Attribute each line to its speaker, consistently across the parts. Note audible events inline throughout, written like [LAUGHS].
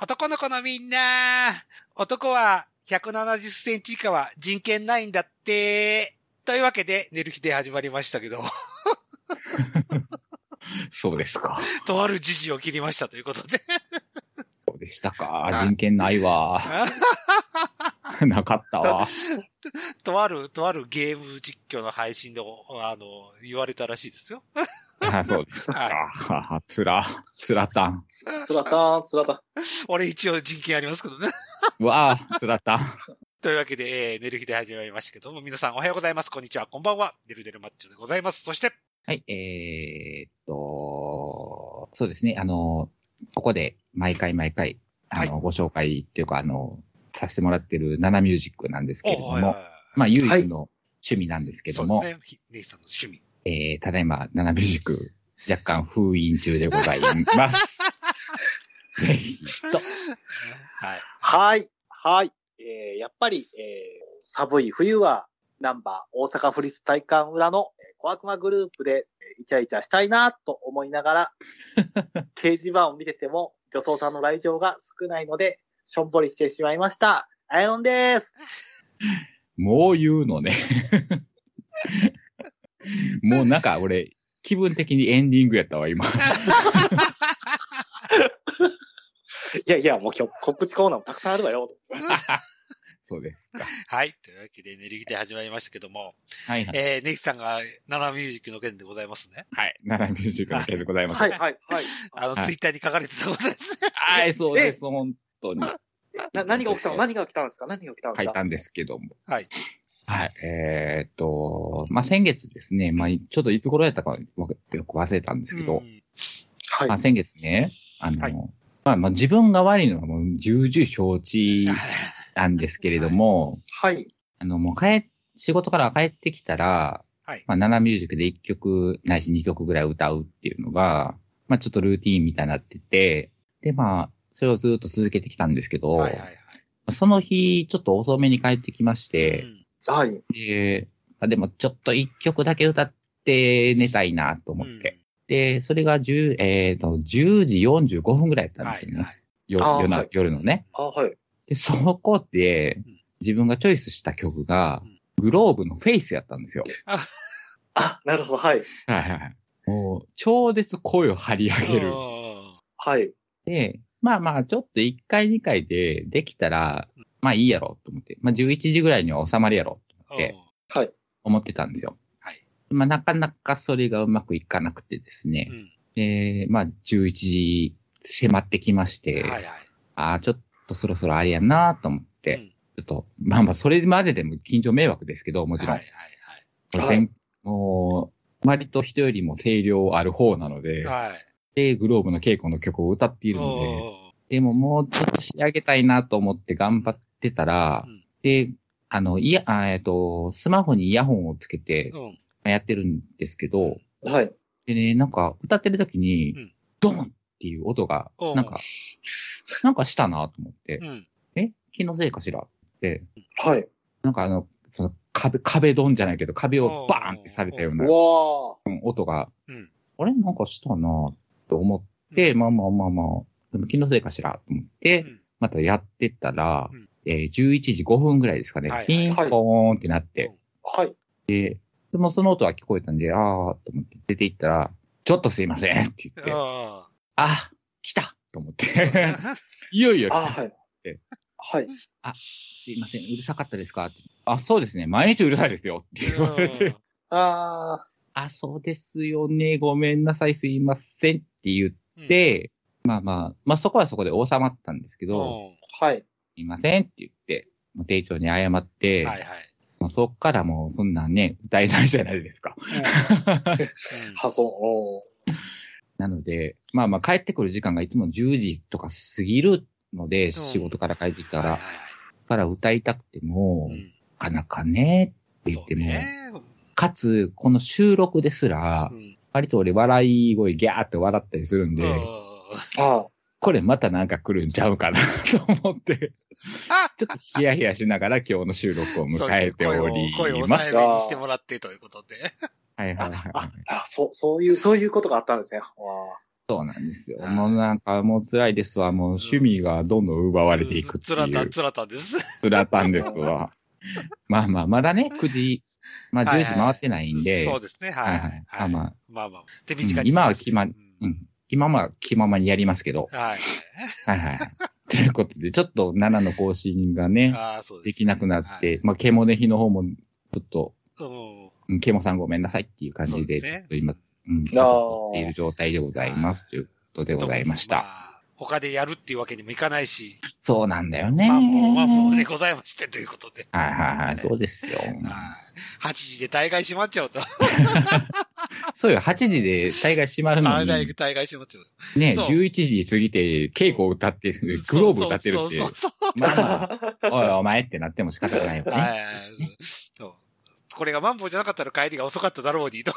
Speaker 1: 男の子のみんな男は170センチ以下は人権ないんだって。というわけで、寝る日で始まりましたけど、 [LAUGHS]
Speaker 2: そうですか。
Speaker 1: とある時事を切りましたということで。 [LAUGHS]
Speaker 2: そうでしたか。
Speaker 1: あ
Speaker 2: 人権な
Speaker 1: [LAUGHS]
Speaker 2: いわ。なかったわ。
Speaker 1: とある、とあるゲーム実況の配信で、あの、言われたらしいですよ。
Speaker 2: あそうですか。つら、つらたん。
Speaker 3: つらたん、つらたん。
Speaker 1: 俺一応人権ありますけどね。 [LAUGHS]
Speaker 2: うわあ、つらたん。
Speaker 1: というわけで、えー、寝る日で始まりましたけども、皆さんおはようございます。こんにちは。こんばんは。寝る寝るマッチョでございます。そして、
Speaker 2: はい、えー、っと、そうですね。あの、ここで毎回毎回、あの、ご紹介っていうか、あの、させてもらってるナナミュージックなんですけれども、
Speaker 1: はいはいはい
Speaker 2: まあ、唯一の趣味なんですけど
Speaker 1: そ
Speaker 2: も、
Speaker 1: うですね。ひ姉さんの趣味。
Speaker 2: えー、ただいま、ナナミュージック、若干封印中でござ
Speaker 1: [LAUGHS]
Speaker 2: います。ぜひと。
Speaker 1: はい。
Speaker 3: はい。はい。えー、やっぱり、えー、寒い冬は、ナンバー大阪府立体育館裏のえー小悪魔グループで、えーイチャイチャしたいなと思いなが [LAUGHS] ら、掲示板を見てても、女装さんの来場が少ないので、しょんぼりしてしまいました。アイロンです。
Speaker 2: もう言うのね。もうなんか俺、気分的にエンディングやったわ、今。
Speaker 3: いやいや、もう今日、告知コーナーもたくさんあるわよ。
Speaker 2: そうです。
Speaker 1: はい。というわけで、寝る日で始まりましたけども、
Speaker 2: はいはい。
Speaker 1: えー、ネキさんが、ナナミュージックの件でございますね。
Speaker 2: はい。奈良ミュージックの件でございます。
Speaker 3: は、
Speaker 2: はいい、
Speaker 3: [LAUGHS] はい、はい。
Speaker 1: あの、
Speaker 2: はい
Speaker 1: ツイッターに書かれてたことですね。
Speaker 2: そうです。本当に
Speaker 3: な、何が起きたの何が起きたんですか何が起きたんで
Speaker 2: 書
Speaker 3: す
Speaker 2: い
Speaker 3: か
Speaker 2: たんですけども。
Speaker 1: はい。
Speaker 2: はい。えーっと、まあ、先月ですね。まあ、ちょっといつ頃やったかわよく忘れたんですけど、
Speaker 1: ん
Speaker 2: ま
Speaker 3: は
Speaker 2: あ、
Speaker 3: い。
Speaker 2: 先月ね、あの、
Speaker 1: はい
Speaker 2: まあ、まあ、自分が悪いのはもう重々承知なんですけれども、
Speaker 3: はい。
Speaker 2: あの、もう帰、仕事から帰ってきたら、
Speaker 1: はい
Speaker 2: まあ、7ミュージックで1曲、ないし2曲ぐらい歌うっていうのが、まあ、ちょっとルーティーンみたいになってて、で、まあ、それをずっと続けてきたんですけど、
Speaker 1: はいはいはい。
Speaker 2: その日、ちょっと遅めに帰ってきまして
Speaker 1: う、ん
Speaker 3: はい。
Speaker 2: で、まあ、でもちょっと1曲だけ歌って寝たいなと思って、。で、それが10、えーと、10時45分ぐらいだ
Speaker 1: う
Speaker 2: っ
Speaker 1: ん
Speaker 2: たん
Speaker 1: は
Speaker 2: です
Speaker 1: い
Speaker 2: よね。
Speaker 1: はい。
Speaker 2: よ
Speaker 3: あー
Speaker 2: 夜な
Speaker 3: はい
Speaker 2: 夜のね。
Speaker 3: あ、はい。
Speaker 2: で、そこで
Speaker 1: うん、
Speaker 2: 自分がチョイスした曲が
Speaker 1: うん、
Speaker 2: グローブのフェイスやったんですよ。
Speaker 3: あ、なるほど。はい。
Speaker 2: はいはいはい。もう、超絶声を張り上げる
Speaker 1: う。ん
Speaker 3: はい。
Speaker 2: で、まあまあ、ちょっと1回2回でできたら、まあいいやろうと思って、まあ11時ぐらいには収まるやろうとで
Speaker 3: はい。
Speaker 2: 思ってたんですよ。
Speaker 1: はい。
Speaker 2: まあなかなかそれがうまくいかなくてですね
Speaker 1: う。ん
Speaker 2: で、まあ11時迫ってきまし
Speaker 1: はい
Speaker 2: て、
Speaker 1: はい。
Speaker 2: ああ、ちょっとそろそろあれやなと思って、
Speaker 1: うん
Speaker 2: ちょっと、まあまあ、それまででも近所迷惑ですけど、もちろん。
Speaker 1: はいは
Speaker 2: これ
Speaker 3: はい
Speaker 2: 先もう、割と人よりも声量ある方なので、
Speaker 1: いはい。はい。
Speaker 2: で、グローブの稽古の曲を歌っているの
Speaker 1: おー
Speaker 2: で、でももうちょっと仕上げたいなと思って頑張ってたら、
Speaker 1: うん
Speaker 2: で、あの、いや、あえっと、スマホにイヤホンをつけて
Speaker 1: うん
Speaker 2: やってるんですけど、
Speaker 3: はい。
Speaker 2: でね、なんか歌ってる時に、
Speaker 1: うん
Speaker 2: ドンっていう音が、
Speaker 1: おう
Speaker 2: なんか、なんかしたなと思って、
Speaker 1: うん。
Speaker 2: え気のせいかしらって、
Speaker 3: はい。
Speaker 2: なんかあの、その壁、壁ドンじゃないけど、壁をバーンってされたような
Speaker 3: うわ
Speaker 2: 音が、
Speaker 1: うん
Speaker 2: あれなんかしたなと思って、まあまあまあまあ、でも気のせいかしらと思って、
Speaker 1: うん
Speaker 2: またやってったら、
Speaker 1: うん
Speaker 2: えー11時5分ぐらいですかね、
Speaker 1: はいはい
Speaker 2: ピンポーンってなって、
Speaker 1: はい
Speaker 3: ー。はい。
Speaker 2: でもその音は聞こえたんで、あーと思って出て行ったら、ちょっとすいませんって言って、あ
Speaker 1: あ
Speaker 2: あ、来たと思っ
Speaker 1: ー
Speaker 2: て、 [LAUGHS] いよいよ
Speaker 3: あ、はい
Speaker 2: え。
Speaker 3: はい。
Speaker 2: すいません、うるさかったですかって。あ、そうですね、毎日うるさいですよって言われて、
Speaker 3: あ
Speaker 2: [LAUGHS] あ、そうですよね。ごめんなさい。すいませんって言っ [LAUGHS]
Speaker 1: うん、
Speaker 2: て、まあまあ、まあそこはそこで収まったんですけ
Speaker 1: うん
Speaker 2: ど、
Speaker 3: あ、はい。
Speaker 2: すいませんって言って、もう店長に謝っ
Speaker 1: は
Speaker 2: て、
Speaker 1: いはい。
Speaker 2: もうそっからもうそんなんね、歌えないじゃないですか。
Speaker 3: は、そう。
Speaker 2: なので、まあまあ帰ってくる時間がいつも10時とか過ぎるので、仕事から帰ってきた
Speaker 1: はいは
Speaker 2: ら、
Speaker 1: い
Speaker 2: から歌いたくても、
Speaker 1: う
Speaker 2: なんかなかね、って言
Speaker 1: そ
Speaker 2: っ
Speaker 1: う
Speaker 2: ても、
Speaker 1: ね。
Speaker 2: かつ、この収録ですら
Speaker 1: う、ん
Speaker 2: 割と俺笑い声ギャーって笑ったりするんで、
Speaker 1: うん
Speaker 3: あ
Speaker 2: これまたなんか来るんちゃうかなと思って、ちょっとヒヤヒヤしながら今日の収録を迎えており
Speaker 1: そうですね声を声を
Speaker 2: ます。
Speaker 1: 抑えめにしてもらってということで。
Speaker 2: はいは
Speaker 3: あ
Speaker 2: いはい、は
Speaker 3: あ
Speaker 2: い。、
Speaker 3: あ、そう、そういう、そういうことがあったんですね。わ
Speaker 2: そうなんですよ。
Speaker 1: はい
Speaker 2: もうなんかもう辛いですわ。もう趣味がどんどん奪われていくって
Speaker 1: つら
Speaker 2: い
Speaker 1: た、
Speaker 2: う。
Speaker 1: つらたです。
Speaker 2: 辛たんですわ。
Speaker 1: [LAUGHS]
Speaker 2: まあまあ、まだね、9時、まあ
Speaker 1: はい
Speaker 2: 10
Speaker 1: はい
Speaker 2: 時回ってないんで、
Speaker 1: そうですね。はいは
Speaker 2: はいい。
Speaker 1: はい
Speaker 2: まあまあ
Speaker 1: まあまあ。手短
Speaker 2: うん
Speaker 1: にし
Speaker 2: 今は
Speaker 1: て
Speaker 2: 決まりうん。今は気ままにやりますけど、
Speaker 1: はい。
Speaker 2: はいはいはい。ということで、ちょっと7の更新がね、
Speaker 1: ああ、そうですね。
Speaker 2: できなくなって、
Speaker 1: はい
Speaker 2: まあ、ケモネヒの方も、ちょっと、
Speaker 1: うん
Speaker 2: うんケモさんごめんなさいっていう感じで、
Speaker 1: そう
Speaker 2: ち
Speaker 1: です
Speaker 2: ょ
Speaker 1: ね
Speaker 2: っと今、うん、
Speaker 3: あー
Speaker 2: 撮っている状態でございます、ということでございまし
Speaker 1: 特
Speaker 2: た。
Speaker 1: にあ他でやるっていうわけにもいかないし、
Speaker 2: そうなんだよね。
Speaker 1: まあもう、まあもうでございましてということで。
Speaker 2: はいはいはい、そうですよ。
Speaker 1: はい8時で大概閉まっちゃうと。
Speaker 2: そうよ、8時で大概閉まるの
Speaker 1: 大
Speaker 2: に、
Speaker 1: 概大概閉まっちゃうと。
Speaker 2: ね、
Speaker 1: そう
Speaker 2: 11時過ぎて稽古を歌ってる、グローブ歌ってるってい
Speaker 1: そ
Speaker 2: う
Speaker 1: う。そうそう
Speaker 2: まあまあ、おいお前ってなっても仕方ないよ
Speaker 1: そう。
Speaker 2: ね。
Speaker 1: はいはいはいそう。これがマンボウじゃなかったら帰りが遅かっただろうにと。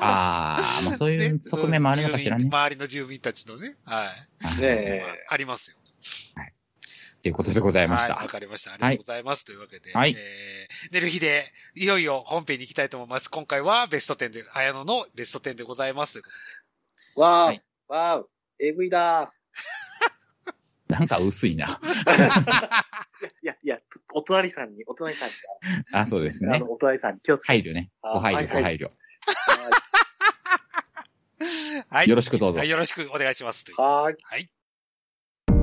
Speaker 2: ああ、まあそういう
Speaker 1: ね
Speaker 2: 側面もあるのかしらね。
Speaker 1: 住民周りの住民たちのね。はい。
Speaker 2: はい
Speaker 3: ねえ
Speaker 1: ありますよ。
Speaker 2: ということでございました。
Speaker 1: はい、わかりました。ありがとうございます。というわけで、
Speaker 2: はい
Speaker 1: えー、寝る日で、いよいよ本編に行きたいと思います。今回はベスト10で、綾野のベスト10でございます。
Speaker 3: わ
Speaker 2: は
Speaker 3: ー
Speaker 2: い
Speaker 3: お、わーお、えぐいだ
Speaker 2: なんか薄いな。
Speaker 3: ー。いや、いや、お隣さんに、お隣さんに、
Speaker 2: あ、そうです
Speaker 3: あ
Speaker 2: ね。
Speaker 3: の、お隣さんに気をつけ
Speaker 2: 配
Speaker 3: て。
Speaker 2: 慮ね。
Speaker 3: あ
Speaker 2: ご配
Speaker 3: はい
Speaker 2: 慮、
Speaker 3: はい
Speaker 2: ご配慮。
Speaker 1: はい。
Speaker 2: よろしくどうぞ
Speaker 1: はい、。よろしくお願いします。という
Speaker 3: はーい。
Speaker 1: はい。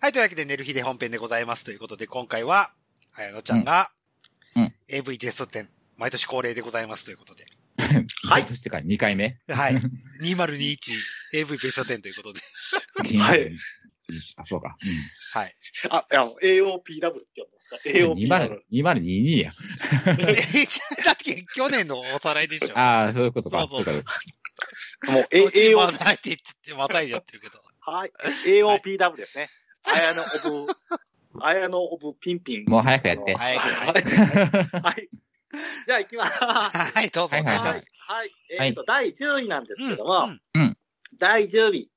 Speaker 1: はい。というわけで、寝る日で本編でございます。ということで、今回は、綾野ちゃんが、
Speaker 2: うんうん
Speaker 1: AV ベスト10、毎年恒例でございます。ということで。
Speaker 3: はい
Speaker 2: そしてから2回目。
Speaker 1: はい。2021 AV ベスト10という
Speaker 2: [LAUGHS]
Speaker 1: ことで。
Speaker 3: はい
Speaker 2: あ、そうか。
Speaker 1: はい。
Speaker 3: あ、いや、AOPW って呼んでますか
Speaker 2: うん。
Speaker 3: ?AOPW。
Speaker 2: 2022や。
Speaker 1: えじゃあだって、去年のおさらいでしょ。
Speaker 2: ああ、そういうことか。
Speaker 1: そうそう
Speaker 2: そうか
Speaker 3: もう、
Speaker 1: え、
Speaker 3: A、
Speaker 1: え、ま
Speaker 3: AO、
Speaker 1: ないって言って、またいじゃってるけど。
Speaker 3: はい。AOPW ですね。あやのオブ、あやのオブピンピン。
Speaker 2: もう早くやって
Speaker 3: はい。
Speaker 1: は
Speaker 3: はいい。はい。じゃあ行きます。は
Speaker 1: はい、どうぞお
Speaker 2: は
Speaker 1: 願い
Speaker 2: い
Speaker 1: し
Speaker 2: は
Speaker 1: ま
Speaker 3: い
Speaker 1: す。。
Speaker 3: はい。えっと、第10位なんですけども、
Speaker 1: うん
Speaker 3: 第10位。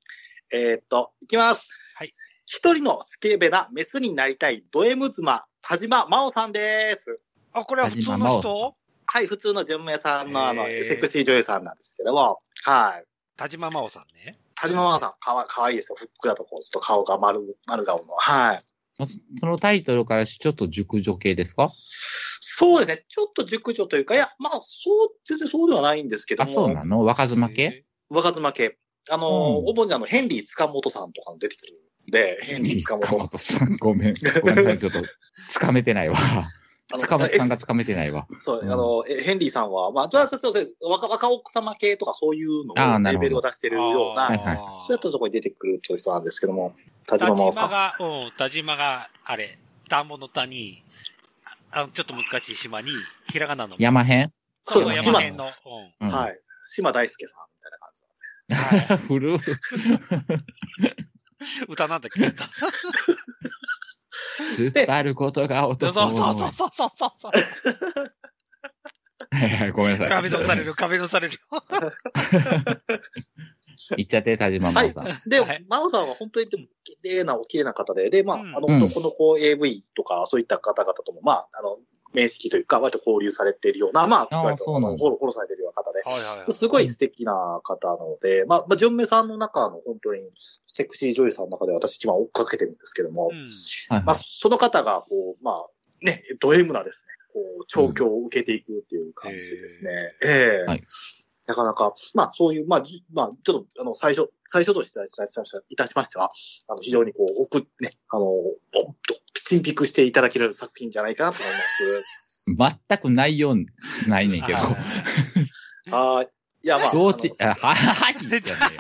Speaker 3: えっと、行きます。
Speaker 1: はい。
Speaker 3: 一人のスケベなメスになりたいド M 妻、田島真央さんです。
Speaker 1: あ、これは普通の人
Speaker 3: はい、普通の純明さんのあの、
Speaker 1: へー
Speaker 3: セクシー女優さんなんですけども、はい。
Speaker 1: 田島真央さんね。
Speaker 3: 田島真央さん、かわかわいいですよ。ふっくらとこう、ちょっと顔が丸、丸顔の。はい。
Speaker 2: そのタイトルからしてちょっと熟女系ですか
Speaker 3: そうですね。ちょっと熟女というか、いや、まあ、そう、全然そうではないんですけど
Speaker 2: あ、
Speaker 3: も。
Speaker 2: そうなの若妻系
Speaker 3: 若妻系。あのー、
Speaker 2: うん
Speaker 3: お盆にあの、ヘンリー塚本さんとか出てくるんで、ヘンリー塚
Speaker 2: 塚
Speaker 3: 本。
Speaker 2: 本さん、 [LAUGHS] ごめん。ごめんなさい。ちょっと、つかめて
Speaker 1: [LAUGHS]
Speaker 2: ないわ。
Speaker 3: あの
Speaker 2: 塚本さんがつかめてないわ。
Speaker 3: そう、
Speaker 2: うん
Speaker 3: あの、えヘンリーさんは、まあ、ちょっと若若奥様系とかそういうの
Speaker 2: あー
Speaker 3: を
Speaker 2: な
Speaker 3: レ
Speaker 2: るほど
Speaker 3: ベルを出してるよう
Speaker 1: あー
Speaker 3: な、
Speaker 2: はい
Speaker 3: そういったところに出てくるという人なんですけども、田
Speaker 1: 田
Speaker 3: 島真央さ
Speaker 1: 島
Speaker 3: ん。
Speaker 1: が、うん、田島が、あれ、田んぼの田に、ああの、ちょっと難しい島に、ひらがなの。
Speaker 2: 山編
Speaker 1: そう
Speaker 3: そ
Speaker 1: そう、
Speaker 3: うです
Speaker 1: 山辺の。
Speaker 3: 島
Speaker 1: うん
Speaker 2: うん
Speaker 3: はい。島大輔さんみたいな感じなんですね。
Speaker 1: は
Speaker 2: [LAUGHS] 古い。
Speaker 1: い。 [LAUGHS] 歌なんだっけ歌
Speaker 2: 突っ張ることが
Speaker 1: そう
Speaker 2: 男
Speaker 1: そう
Speaker 2: を
Speaker 1: そうそうそうそうそう。
Speaker 2: はいはい、 [LAUGHS] ごめんなさい。
Speaker 1: 壁ドンされる、壁ドンされる。
Speaker 2: 言っちゃって、田島真央さん。
Speaker 3: で、
Speaker 1: はい
Speaker 3: 真央さんは本当にでも綺麗なお綺麗な方で、で、まあ、
Speaker 1: うん
Speaker 3: あ
Speaker 2: うん
Speaker 3: の、男の子 AV とか、そういった方々とも、まあ、あの、面識というか、割と交流されているような、まあ、
Speaker 2: あー
Speaker 3: 割と
Speaker 2: そ
Speaker 3: あ
Speaker 2: うな
Speaker 3: の
Speaker 2: んだ
Speaker 3: フォローフォローされているような方で、
Speaker 1: はいはいはい。
Speaker 3: [LAUGHS] すごい素敵な方なので、まあ、まあ、純明さんの中の本当にセクシー女優さんの中で私一番追っかけてるんですけども、
Speaker 1: うん
Speaker 2: はい
Speaker 3: まあ、その方が、こう、まあ、ね、ド M なですね、こう、調教を受けていくっていう感じですね。ええ
Speaker 2: はい
Speaker 3: なかなか、まあ、そういう、まあ、じまあ、ちょっと、あの、最初、最初としていたしましていたしましては、あの、非常にこう、奥、ね、あの、おっと、ピチンピクしていただける作品じゃないかなと思います。
Speaker 2: [LAUGHS] 全く内容ないねんけど。
Speaker 1: はい
Speaker 3: はい。いや、まあ、
Speaker 2: どうち、
Speaker 3: あ
Speaker 1: [LAUGHS]
Speaker 3: の
Speaker 2: あはははって言ってたね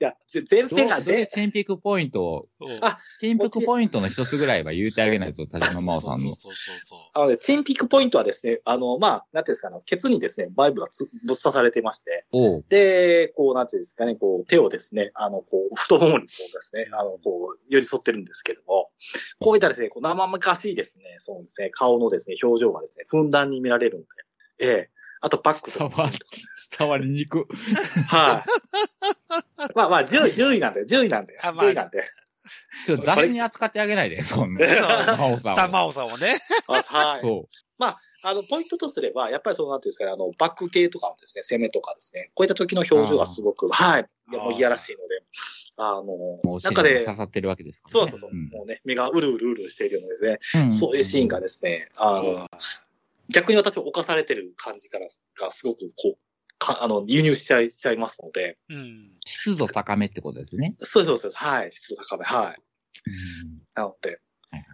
Speaker 3: いや、ぜ全
Speaker 2: ど
Speaker 3: 編が
Speaker 2: うどういう
Speaker 3: 全、
Speaker 2: チェンピクポイントを、
Speaker 1: うん
Speaker 3: あ
Speaker 2: チェンピクポイントの一つぐらいは言うてあげないと、田島真央さんの。
Speaker 1: そうそうそうそ
Speaker 3: あのね、チンピクポイントはですね、あの、まあ、なんていうんですかね、ケツにですね、バイブがつぶっ刺されてまして、
Speaker 2: おう
Speaker 3: で、こう、なんていうんですかね、こう、手をですね、あの、こう、太ももにこうですね、あの、こう、寄り添ってるんですけども、こういったですね、こう、生々しいですね、そうですね、顔のですね、表情がですね、ふんだんに見られるんで、ええ、あとバッ
Speaker 1: [LAUGHS]
Speaker 3: クとかですね
Speaker 2: 伝わりにく。
Speaker 3: はい。まあまあ、10位、10位なんで、10位なんで、
Speaker 1: あまあ
Speaker 3: 10位なんで。
Speaker 2: ちょっと雑に扱ってあげないで、そんな。
Speaker 1: そう
Speaker 2: 真央さ
Speaker 1: う。
Speaker 2: んを。
Speaker 1: たまおさんもね。
Speaker 3: あはい。
Speaker 2: そ
Speaker 3: あの、ポイントとすれば、やっぱりその、なんていうんですかね、あの、バック系とかのですね、攻めとかですね、こういった時の表情がすごく、はい、いやもういやらしいので、あ
Speaker 2: う。も
Speaker 3: の
Speaker 2: う、、
Speaker 3: 中
Speaker 2: 中で
Speaker 3: で、
Speaker 2: 刺さってるわけですから
Speaker 3: そう
Speaker 2: ね。
Speaker 3: そうそう、
Speaker 2: ん
Speaker 3: もうね、目がうるうるうるしているようなですね、
Speaker 2: ん
Speaker 3: そういうシーンがですね、あの、
Speaker 1: うん
Speaker 3: 逆に私は犯されてる感じから、がすごくこう、かあの、輸入しちゃい、しちゃいますので、
Speaker 1: うん。
Speaker 2: 湿度高めってことですね。
Speaker 3: そうそうそう、はい、湿度高め、はい。
Speaker 2: うん
Speaker 3: なので
Speaker 2: はい、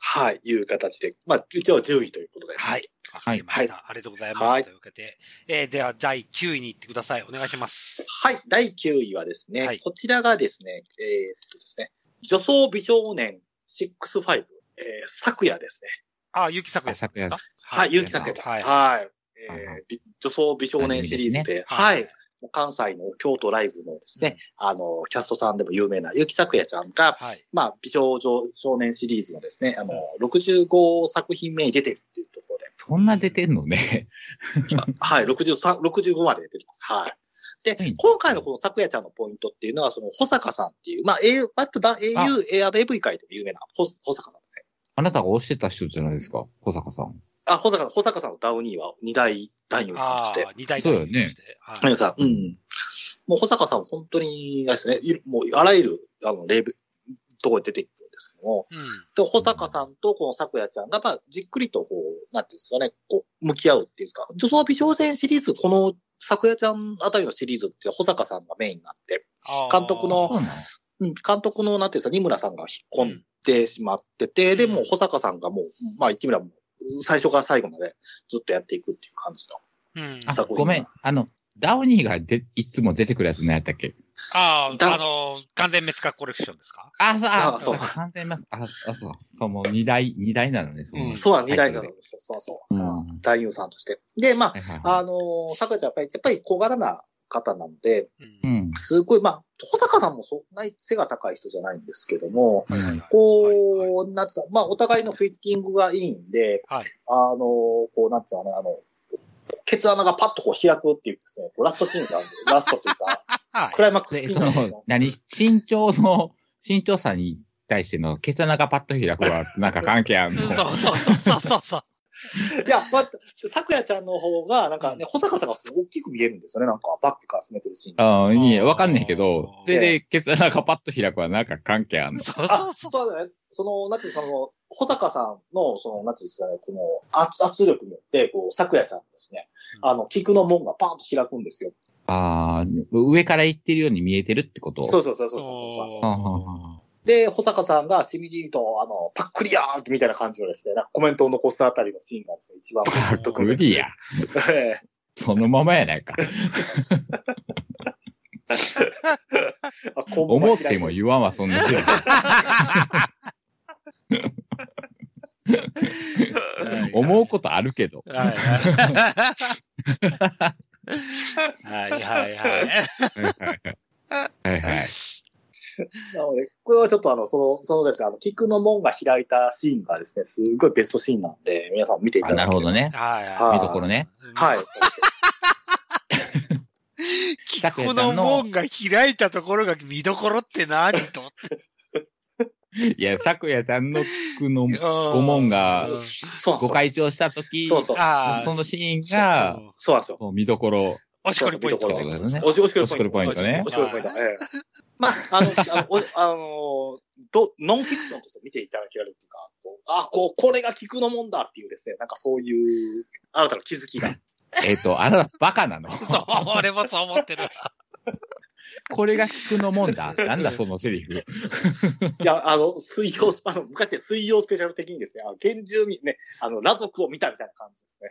Speaker 3: はい、いう形で、まあ、一応10位ということで。
Speaker 1: はい。わかりました、ありがとうございます。
Speaker 3: はい
Speaker 1: というわけで、えーでは第9位に行ってください。お願いします。
Speaker 3: はい、第9位はですね、
Speaker 1: はい
Speaker 3: こちらがですね、えーっとですね、女装美少年65、えー、昨夜ですね。
Speaker 1: あ、ゆきさくやさんですか
Speaker 3: はい、
Speaker 2: ゆ
Speaker 3: 結
Speaker 2: きさ
Speaker 3: 城
Speaker 2: く
Speaker 3: 昨夜
Speaker 2: や
Speaker 3: ちゃん。
Speaker 1: は
Speaker 3: はいい。。え
Speaker 2: あの
Speaker 3: ーび女装美少年シリーズ
Speaker 2: アニメ
Speaker 3: で、はい、もう関西の京都ライブのですね、あの、キャストさんでも有名な結城昨夜ちゃんが、
Speaker 1: はい。
Speaker 3: まあ、美少女少年シリーズのですね、あの、65作品目に出てるっていうところで、
Speaker 2: そんな出てんのね。 [LAUGHS]
Speaker 3: はい、63 65まで出てます。はい。
Speaker 2: はい
Speaker 3: で、今回のこの昨夜ちゃんのポイントっていうのは、その、保坂さんっていう、まあ、A、バットだ AU、AV 界でも有名な保保坂さんですね。
Speaker 2: あなたが推してた人じゃないですか、小坂さん。
Speaker 3: あ、保坂、保坂さんのダウニーは二大男優さんとして。
Speaker 1: あー、二大
Speaker 2: そうよね
Speaker 1: としては
Speaker 3: 男
Speaker 1: い
Speaker 3: 優さん、うん。もう保坂さんは本当に、あれですね、いもうあらゆる、あの、レーベル、ところに出てくるんですけども、で、保坂さんとこの咲夜ちゃんが、まあ、じっくりとこう、なんていうんですかね、こう、向き合うっていうんですか、女装美少年シリーズ、この咲夜ちゃんあたりのシリーズって保坂さんがメインになって、監督の
Speaker 2: そうなの
Speaker 3: うん、監督の、なんていうんですか、二村さんが引っ込んでしまってて、で、もう保坂さんがもう、まあ、一村も、最初から最後までずっとやっていくっていう感じの。
Speaker 1: うんうん
Speaker 2: あ、
Speaker 3: 作品
Speaker 2: ごめん。あの、ダウニーがでいつも出てくるやつ何やったっけ
Speaker 1: あー、
Speaker 3: だ
Speaker 1: あのー、完全メスカコレクションですか
Speaker 2: あ、そう、あ、
Speaker 3: あそうそう
Speaker 2: 完全な、あ、あそう。そう、もう二代、二代なのね、その
Speaker 1: うん
Speaker 3: そうなん、二代な
Speaker 2: タ
Speaker 3: の
Speaker 2: イトルで。
Speaker 3: そうそうそうう。
Speaker 2: ん
Speaker 3: 男優さんとして。で、ま
Speaker 2: はいはい
Speaker 3: あ、
Speaker 2: は
Speaker 3: あのー、さくらちゃんやっぱり、やっぱり小柄な方なんで、
Speaker 1: う。
Speaker 2: い。うんん。
Speaker 3: すごい、まあ、保坂さんもそんなに背が高い人じゃないんですけども、
Speaker 1: はいはいはいはい
Speaker 3: こう、なんつうか、まあ、お互いのフィッティングがいいんで、
Speaker 1: はい
Speaker 3: あのー、こう、なんつうのかな、あの、ケツ穴がパッとこう開くっていうですね、こうラストシーンがあ
Speaker 1: [LAUGHS]
Speaker 3: るんで、ラストというか、
Speaker 1: はい
Speaker 3: クライマックス
Speaker 2: で、
Speaker 3: シー
Speaker 2: そ
Speaker 3: ンなんです
Speaker 2: の
Speaker 3: よ、。
Speaker 2: 何、身長の、身長差に対しての、ケツ穴がパッと開くは、なんか関係あるの。
Speaker 1: そうそうそうそうそう。
Speaker 3: いや、まあ、桜ちゃんの方が、なんかね、保坂さんがすごい大きく見えるんですよね、なんか、バックから進めてるシーンが。
Speaker 2: ああ、いいえ、わかんないけど、
Speaker 1: あー
Speaker 2: それで、 [LAUGHS] ケツ穴がパッと開くは、なんか関係あるの。
Speaker 1: そう
Speaker 3: あ
Speaker 1: そうそう。
Speaker 3: そうだね。その、なんていうんですか、その、保坂さんの、その、なんていうんですかね、この圧圧力によって、こう、桜ちゃんのですね、
Speaker 1: うん
Speaker 3: あの、菊の門がパーンと開くんですよ。
Speaker 2: ああ、上から行ってるように見えてるってこと。
Speaker 3: そううそうそうそうそうそう
Speaker 1: お
Speaker 2: あ
Speaker 1: ー
Speaker 2: ああ
Speaker 3: で、保坂さんがしみじみと、あの、パックリアーみたいな感じのですね、なんかコメントを残すあたりのシーンがですね、一番グッと
Speaker 2: あ
Speaker 3: くるん
Speaker 2: 無
Speaker 3: ですけ
Speaker 2: 理
Speaker 3: ど
Speaker 2: や。。
Speaker 3: [LAUGHS] ええ
Speaker 2: そのままやないか。
Speaker 3: あこんばんは
Speaker 2: 思っても言わんわ、そんな人。
Speaker 1: はい
Speaker 2: 思うことあるけど。
Speaker 1: はいはい。はいはいはい。
Speaker 2: はいはいはい。
Speaker 3: なので、これはちょっとあの、その、そのですね、あの、菊の門が開いたシーンがですね、すごいベストシーンなんで、皆さん見ていた
Speaker 2: あな
Speaker 3: だけれ
Speaker 2: る
Speaker 3: ば
Speaker 2: ほど。ね。
Speaker 1: はいは
Speaker 3: あー
Speaker 2: 見どころね。
Speaker 1: い。
Speaker 3: はい。。
Speaker 2: 拓
Speaker 1: こ
Speaker 2: 也さ
Speaker 1: の
Speaker 2: んの、
Speaker 1: 門が開いたところが見どころって何と思って。
Speaker 2: いや、拓也さんの服の
Speaker 1: お
Speaker 2: ご門が
Speaker 1: うん
Speaker 3: そうなんです
Speaker 2: ご
Speaker 3: よ
Speaker 2: 開帳したとき、
Speaker 3: そうそう。
Speaker 1: あ
Speaker 2: そのシーン
Speaker 1: あ
Speaker 2: が、。
Speaker 3: そうなんですよ。
Speaker 2: もう見どころ。
Speaker 1: おしこりポイントってことですね。
Speaker 3: おし、おしく
Speaker 2: お
Speaker 3: る
Speaker 2: し
Speaker 3: ポ
Speaker 2: く
Speaker 3: イン
Speaker 2: る
Speaker 3: ト。
Speaker 2: ポイントね
Speaker 3: お。しくるポイント。ええ。まあ、あの、あの、おあのど、ノンフィクションとして見ていただけられるっていうか、こうあ、こう、これが菊のもんだっていうですね、なんかそういう、新たな気づきが。
Speaker 2: えっと、あなたバカなの。
Speaker 1: そう、俺もそう思って [LAUGHS] る。
Speaker 2: これが聞くのもんだ。なんだそのセリフ。
Speaker 3: いや、あの、水曜、あの、昔で水曜スペシャル的にですね、あの、厳重にね、あの、裸族を見たみたいな感じですね。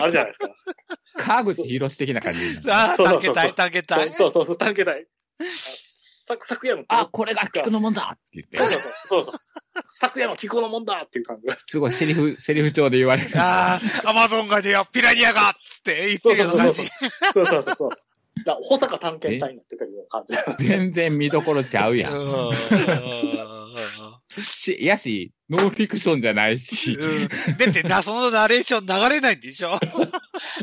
Speaker 3: あるじゃないですか。
Speaker 2: 川口博士的な感じになる。
Speaker 1: ああ、
Speaker 3: そう
Speaker 1: 探
Speaker 3: そうそ
Speaker 1: 検隊、
Speaker 3: う
Speaker 1: 探検隊。
Speaker 3: そうそうそう、探検隊。サクサクやの。
Speaker 2: あ、これが菊のもんだって言って
Speaker 3: そう、そうそう。そうそう。サクやの菊のもんだっていう感じが。
Speaker 2: すごいセリフ、 [LAUGHS] セリフ調で言われる。
Speaker 1: ああ、アマゾンがね、ピラニアがっつって言ってるような感じ。
Speaker 3: そうそうそうそう。だから保坂探検隊になってたような感
Speaker 1: [LAUGHS]
Speaker 3: じ。
Speaker 2: 全然見どころちゃうやん。
Speaker 1: う
Speaker 2: し、やし、ノンフィクションじゃないし。
Speaker 1: んうんだってな、そのナレーション流れないんでしょ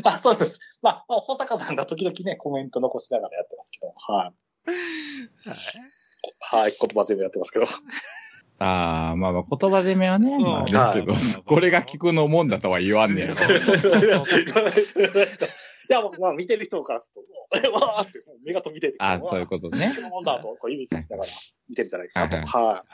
Speaker 3: あ、そうです。まあ、まあ、保坂さんが時々ね、コメント残しながらやってますけど、はい。はい、言葉全部やってますけど。
Speaker 2: ああ、まあまあ言葉攻めはね、
Speaker 1: うん
Speaker 2: まあですけど
Speaker 1: はい、
Speaker 2: これが聞くのもんだとは言わんねやろ。
Speaker 3: いや、もうまあ、見てる人からすると、もう [LAUGHS] わーって、もう目が飛び出てくる
Speaker 2: ああ、そういうことね。
Speaker 3: このもんだと、こう指さしながら見てるじゃないかなと。
Speaker 2: はい
Speaker 3: は
Speaker 1: は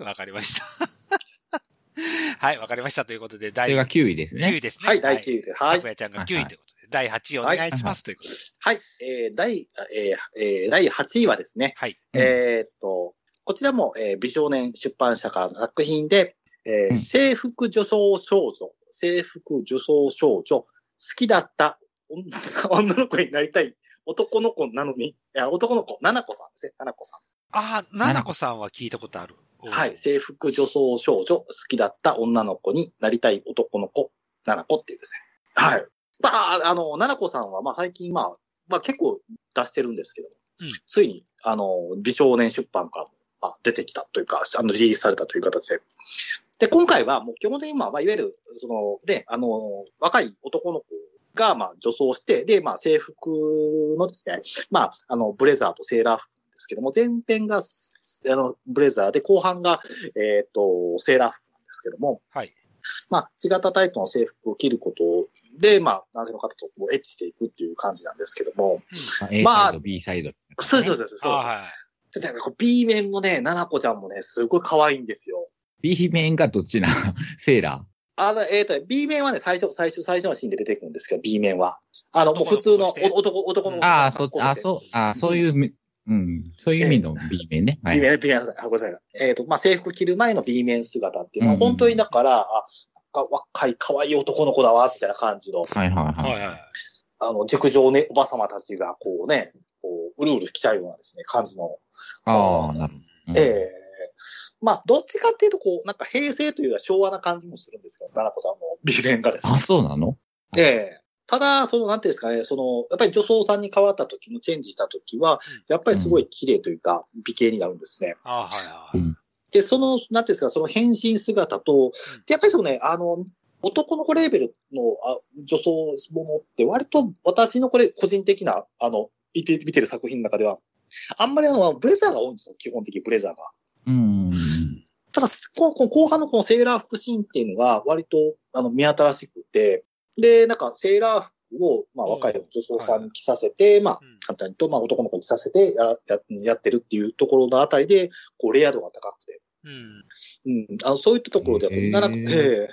Speaker 1: い。 [LAUGHS] わかりました。 [LAUGHS] はい、わかりました。ということで、
Speaker 2: そ
Speaker 1: 第
Speaker 2: れが
Speaker 1: 9
Speaker 2: 9位ですね
Speaker 1: 位。です
Speaker 3: い。
Speaker 1: ね。
Speaker 3: はい、第9位で。はい
Speaker 1: さく。やちゃんが9位ということで、第8位お願いしますということで。
Speaker 3: はい。えー第、えーえー第8位はですね、
Speaker 1: はい。
Speaker 2: うん
Speaker 3: えーっと、こちらも、えー美少年出版社からの作品で、えー
Speaker 2: うん
Speaker 3: 制服女装少女、制服女装少女、好きだった女女の子になりたい男の子なのに、いや、男の子、ななこさんですね、ななこさん。
Speaker 1: ああ、ななこさんは聞いたことある。
Speaker 3: はい。。制服女装少女、好きだった女の子になりたい男の子、ななこっていうですね。はい。まあ、あの、ななこさんは、まあ最近、まあ、まあ結構出してるんですけど、
Speaker 1: うん
Speaker 3: ついに、あの、美少年出版からも、まあ、出てきたというか、あの、リリースされたという形で。で、今回は、もう基本的に、まあ、まあいわゆる、その、で、あの、若い男の子が、まあ、女装して、で、まあ、制服のですね、まあ、あの、ブレザーとセーラー服ですけども、前編が、すあの、ブレザーで、後半が、えっ、と、セーラー服なんですけども、
Speaker 1: はい。
Speaker 3: まあ、違ったタイプの制服を着ることで、まあ、男性の方とこうエッチしていくっていう感じなんですけども、
Speaker 2: A
Speaker 3: ま
Speaker 2: サ
Speaker 3: あ
Speaker 2: イド、B サイド。
Speaker 3: そうそうそうそう
Speaker 1: あ
Speaker 3: そう。
Speaker 1: あ、はい。
Speaker 3: で、ね、こう B 面のね、ななこちゃんもね、すごい可愛いんですよ。
Speaker 2: B 面がどっちな [LAUGHS] セーラ
Speaker 3: あの、えっ、と、B 面はね、最初、最初、最初のシーンで出てくるんですけど、B 面は。あの、もう普通の
Speaker 1: 男の子として
Speaker 3: お男、男の
Speaker 1: う
Speaker 3: 子
Speaker 2: ー。ああ、そ
Speaker 3: 格
Speaker 2: う
Speaker 3: 好、で
Speaker 2: あ
Speaker 3: すね
Speaker 2: そう、あーそういうみ、うん、そういう意味の B 面ね。は
Speaker 3: B
Speaker 2: い。
Speaker 3: 面、B 面、あごめんなさい。えっ、と、まあ、制服着る前の B 面姿っていうのは、
Speaker 2: うんうん
Speaker 3: 本当にだから、あ、なんか若い、可愛い男の子だわ、みたいな感じの、
Speaker 2: はいはい
Speaker 1: は
Speaker 2: はいい。
Speaker 1: はい。
Speaker 3: あの、熟女ね、おば様たちが、こうね、こう、うるうる来たようなですね、感じの
Speaker 2: ああ、なるほど。
Speaker 3: ええまあ、どっちかっていうと、こう、なんか平成というよりは昭和な感じもするんですけど、奈々子さんの美面がです
Speaker 2: あ、
Speaker 3: ね。
Speaker 2: そうなの
Speaker 3: ええただ、その、なんていうんですかね、その、やっぱり女装さんに変わった時のチェンジした時は、やっぱりすごい綺麗というか、美形になるんですね。
Speaker 1: ああ、はいはい。
Speaker 3: で、その、なんていうんですか、その変身姿と、でやっぱりそのね、あの、男の子レーベルのあ女装ものって、割と私のこれ、個人的な、あの、見て見てる作品の中では、あんまりあの、ブレザーが多いんですよ、基本的にブレザーが。
Speaker 2: うん。
Speaker 3: ただ、すここ後半のこのセーラー服シーンっていうのが割とあの目新しくて、で、なんかセーラー服を、まあ、
Speaker 1: うん
Speaker 3: 若い女装さんに着させて、まあ
Speaker 1: うん、
Speaker 3: 簡単にと、まあ、男の子に着させてやらややってるっていうところのあたりで、こう、レア度が高くて、
Speaker 1: うん。
Speaker 3: うん、あのそういったところでは、
Speaker 2: へー
Speaker 3: ななこ、ええ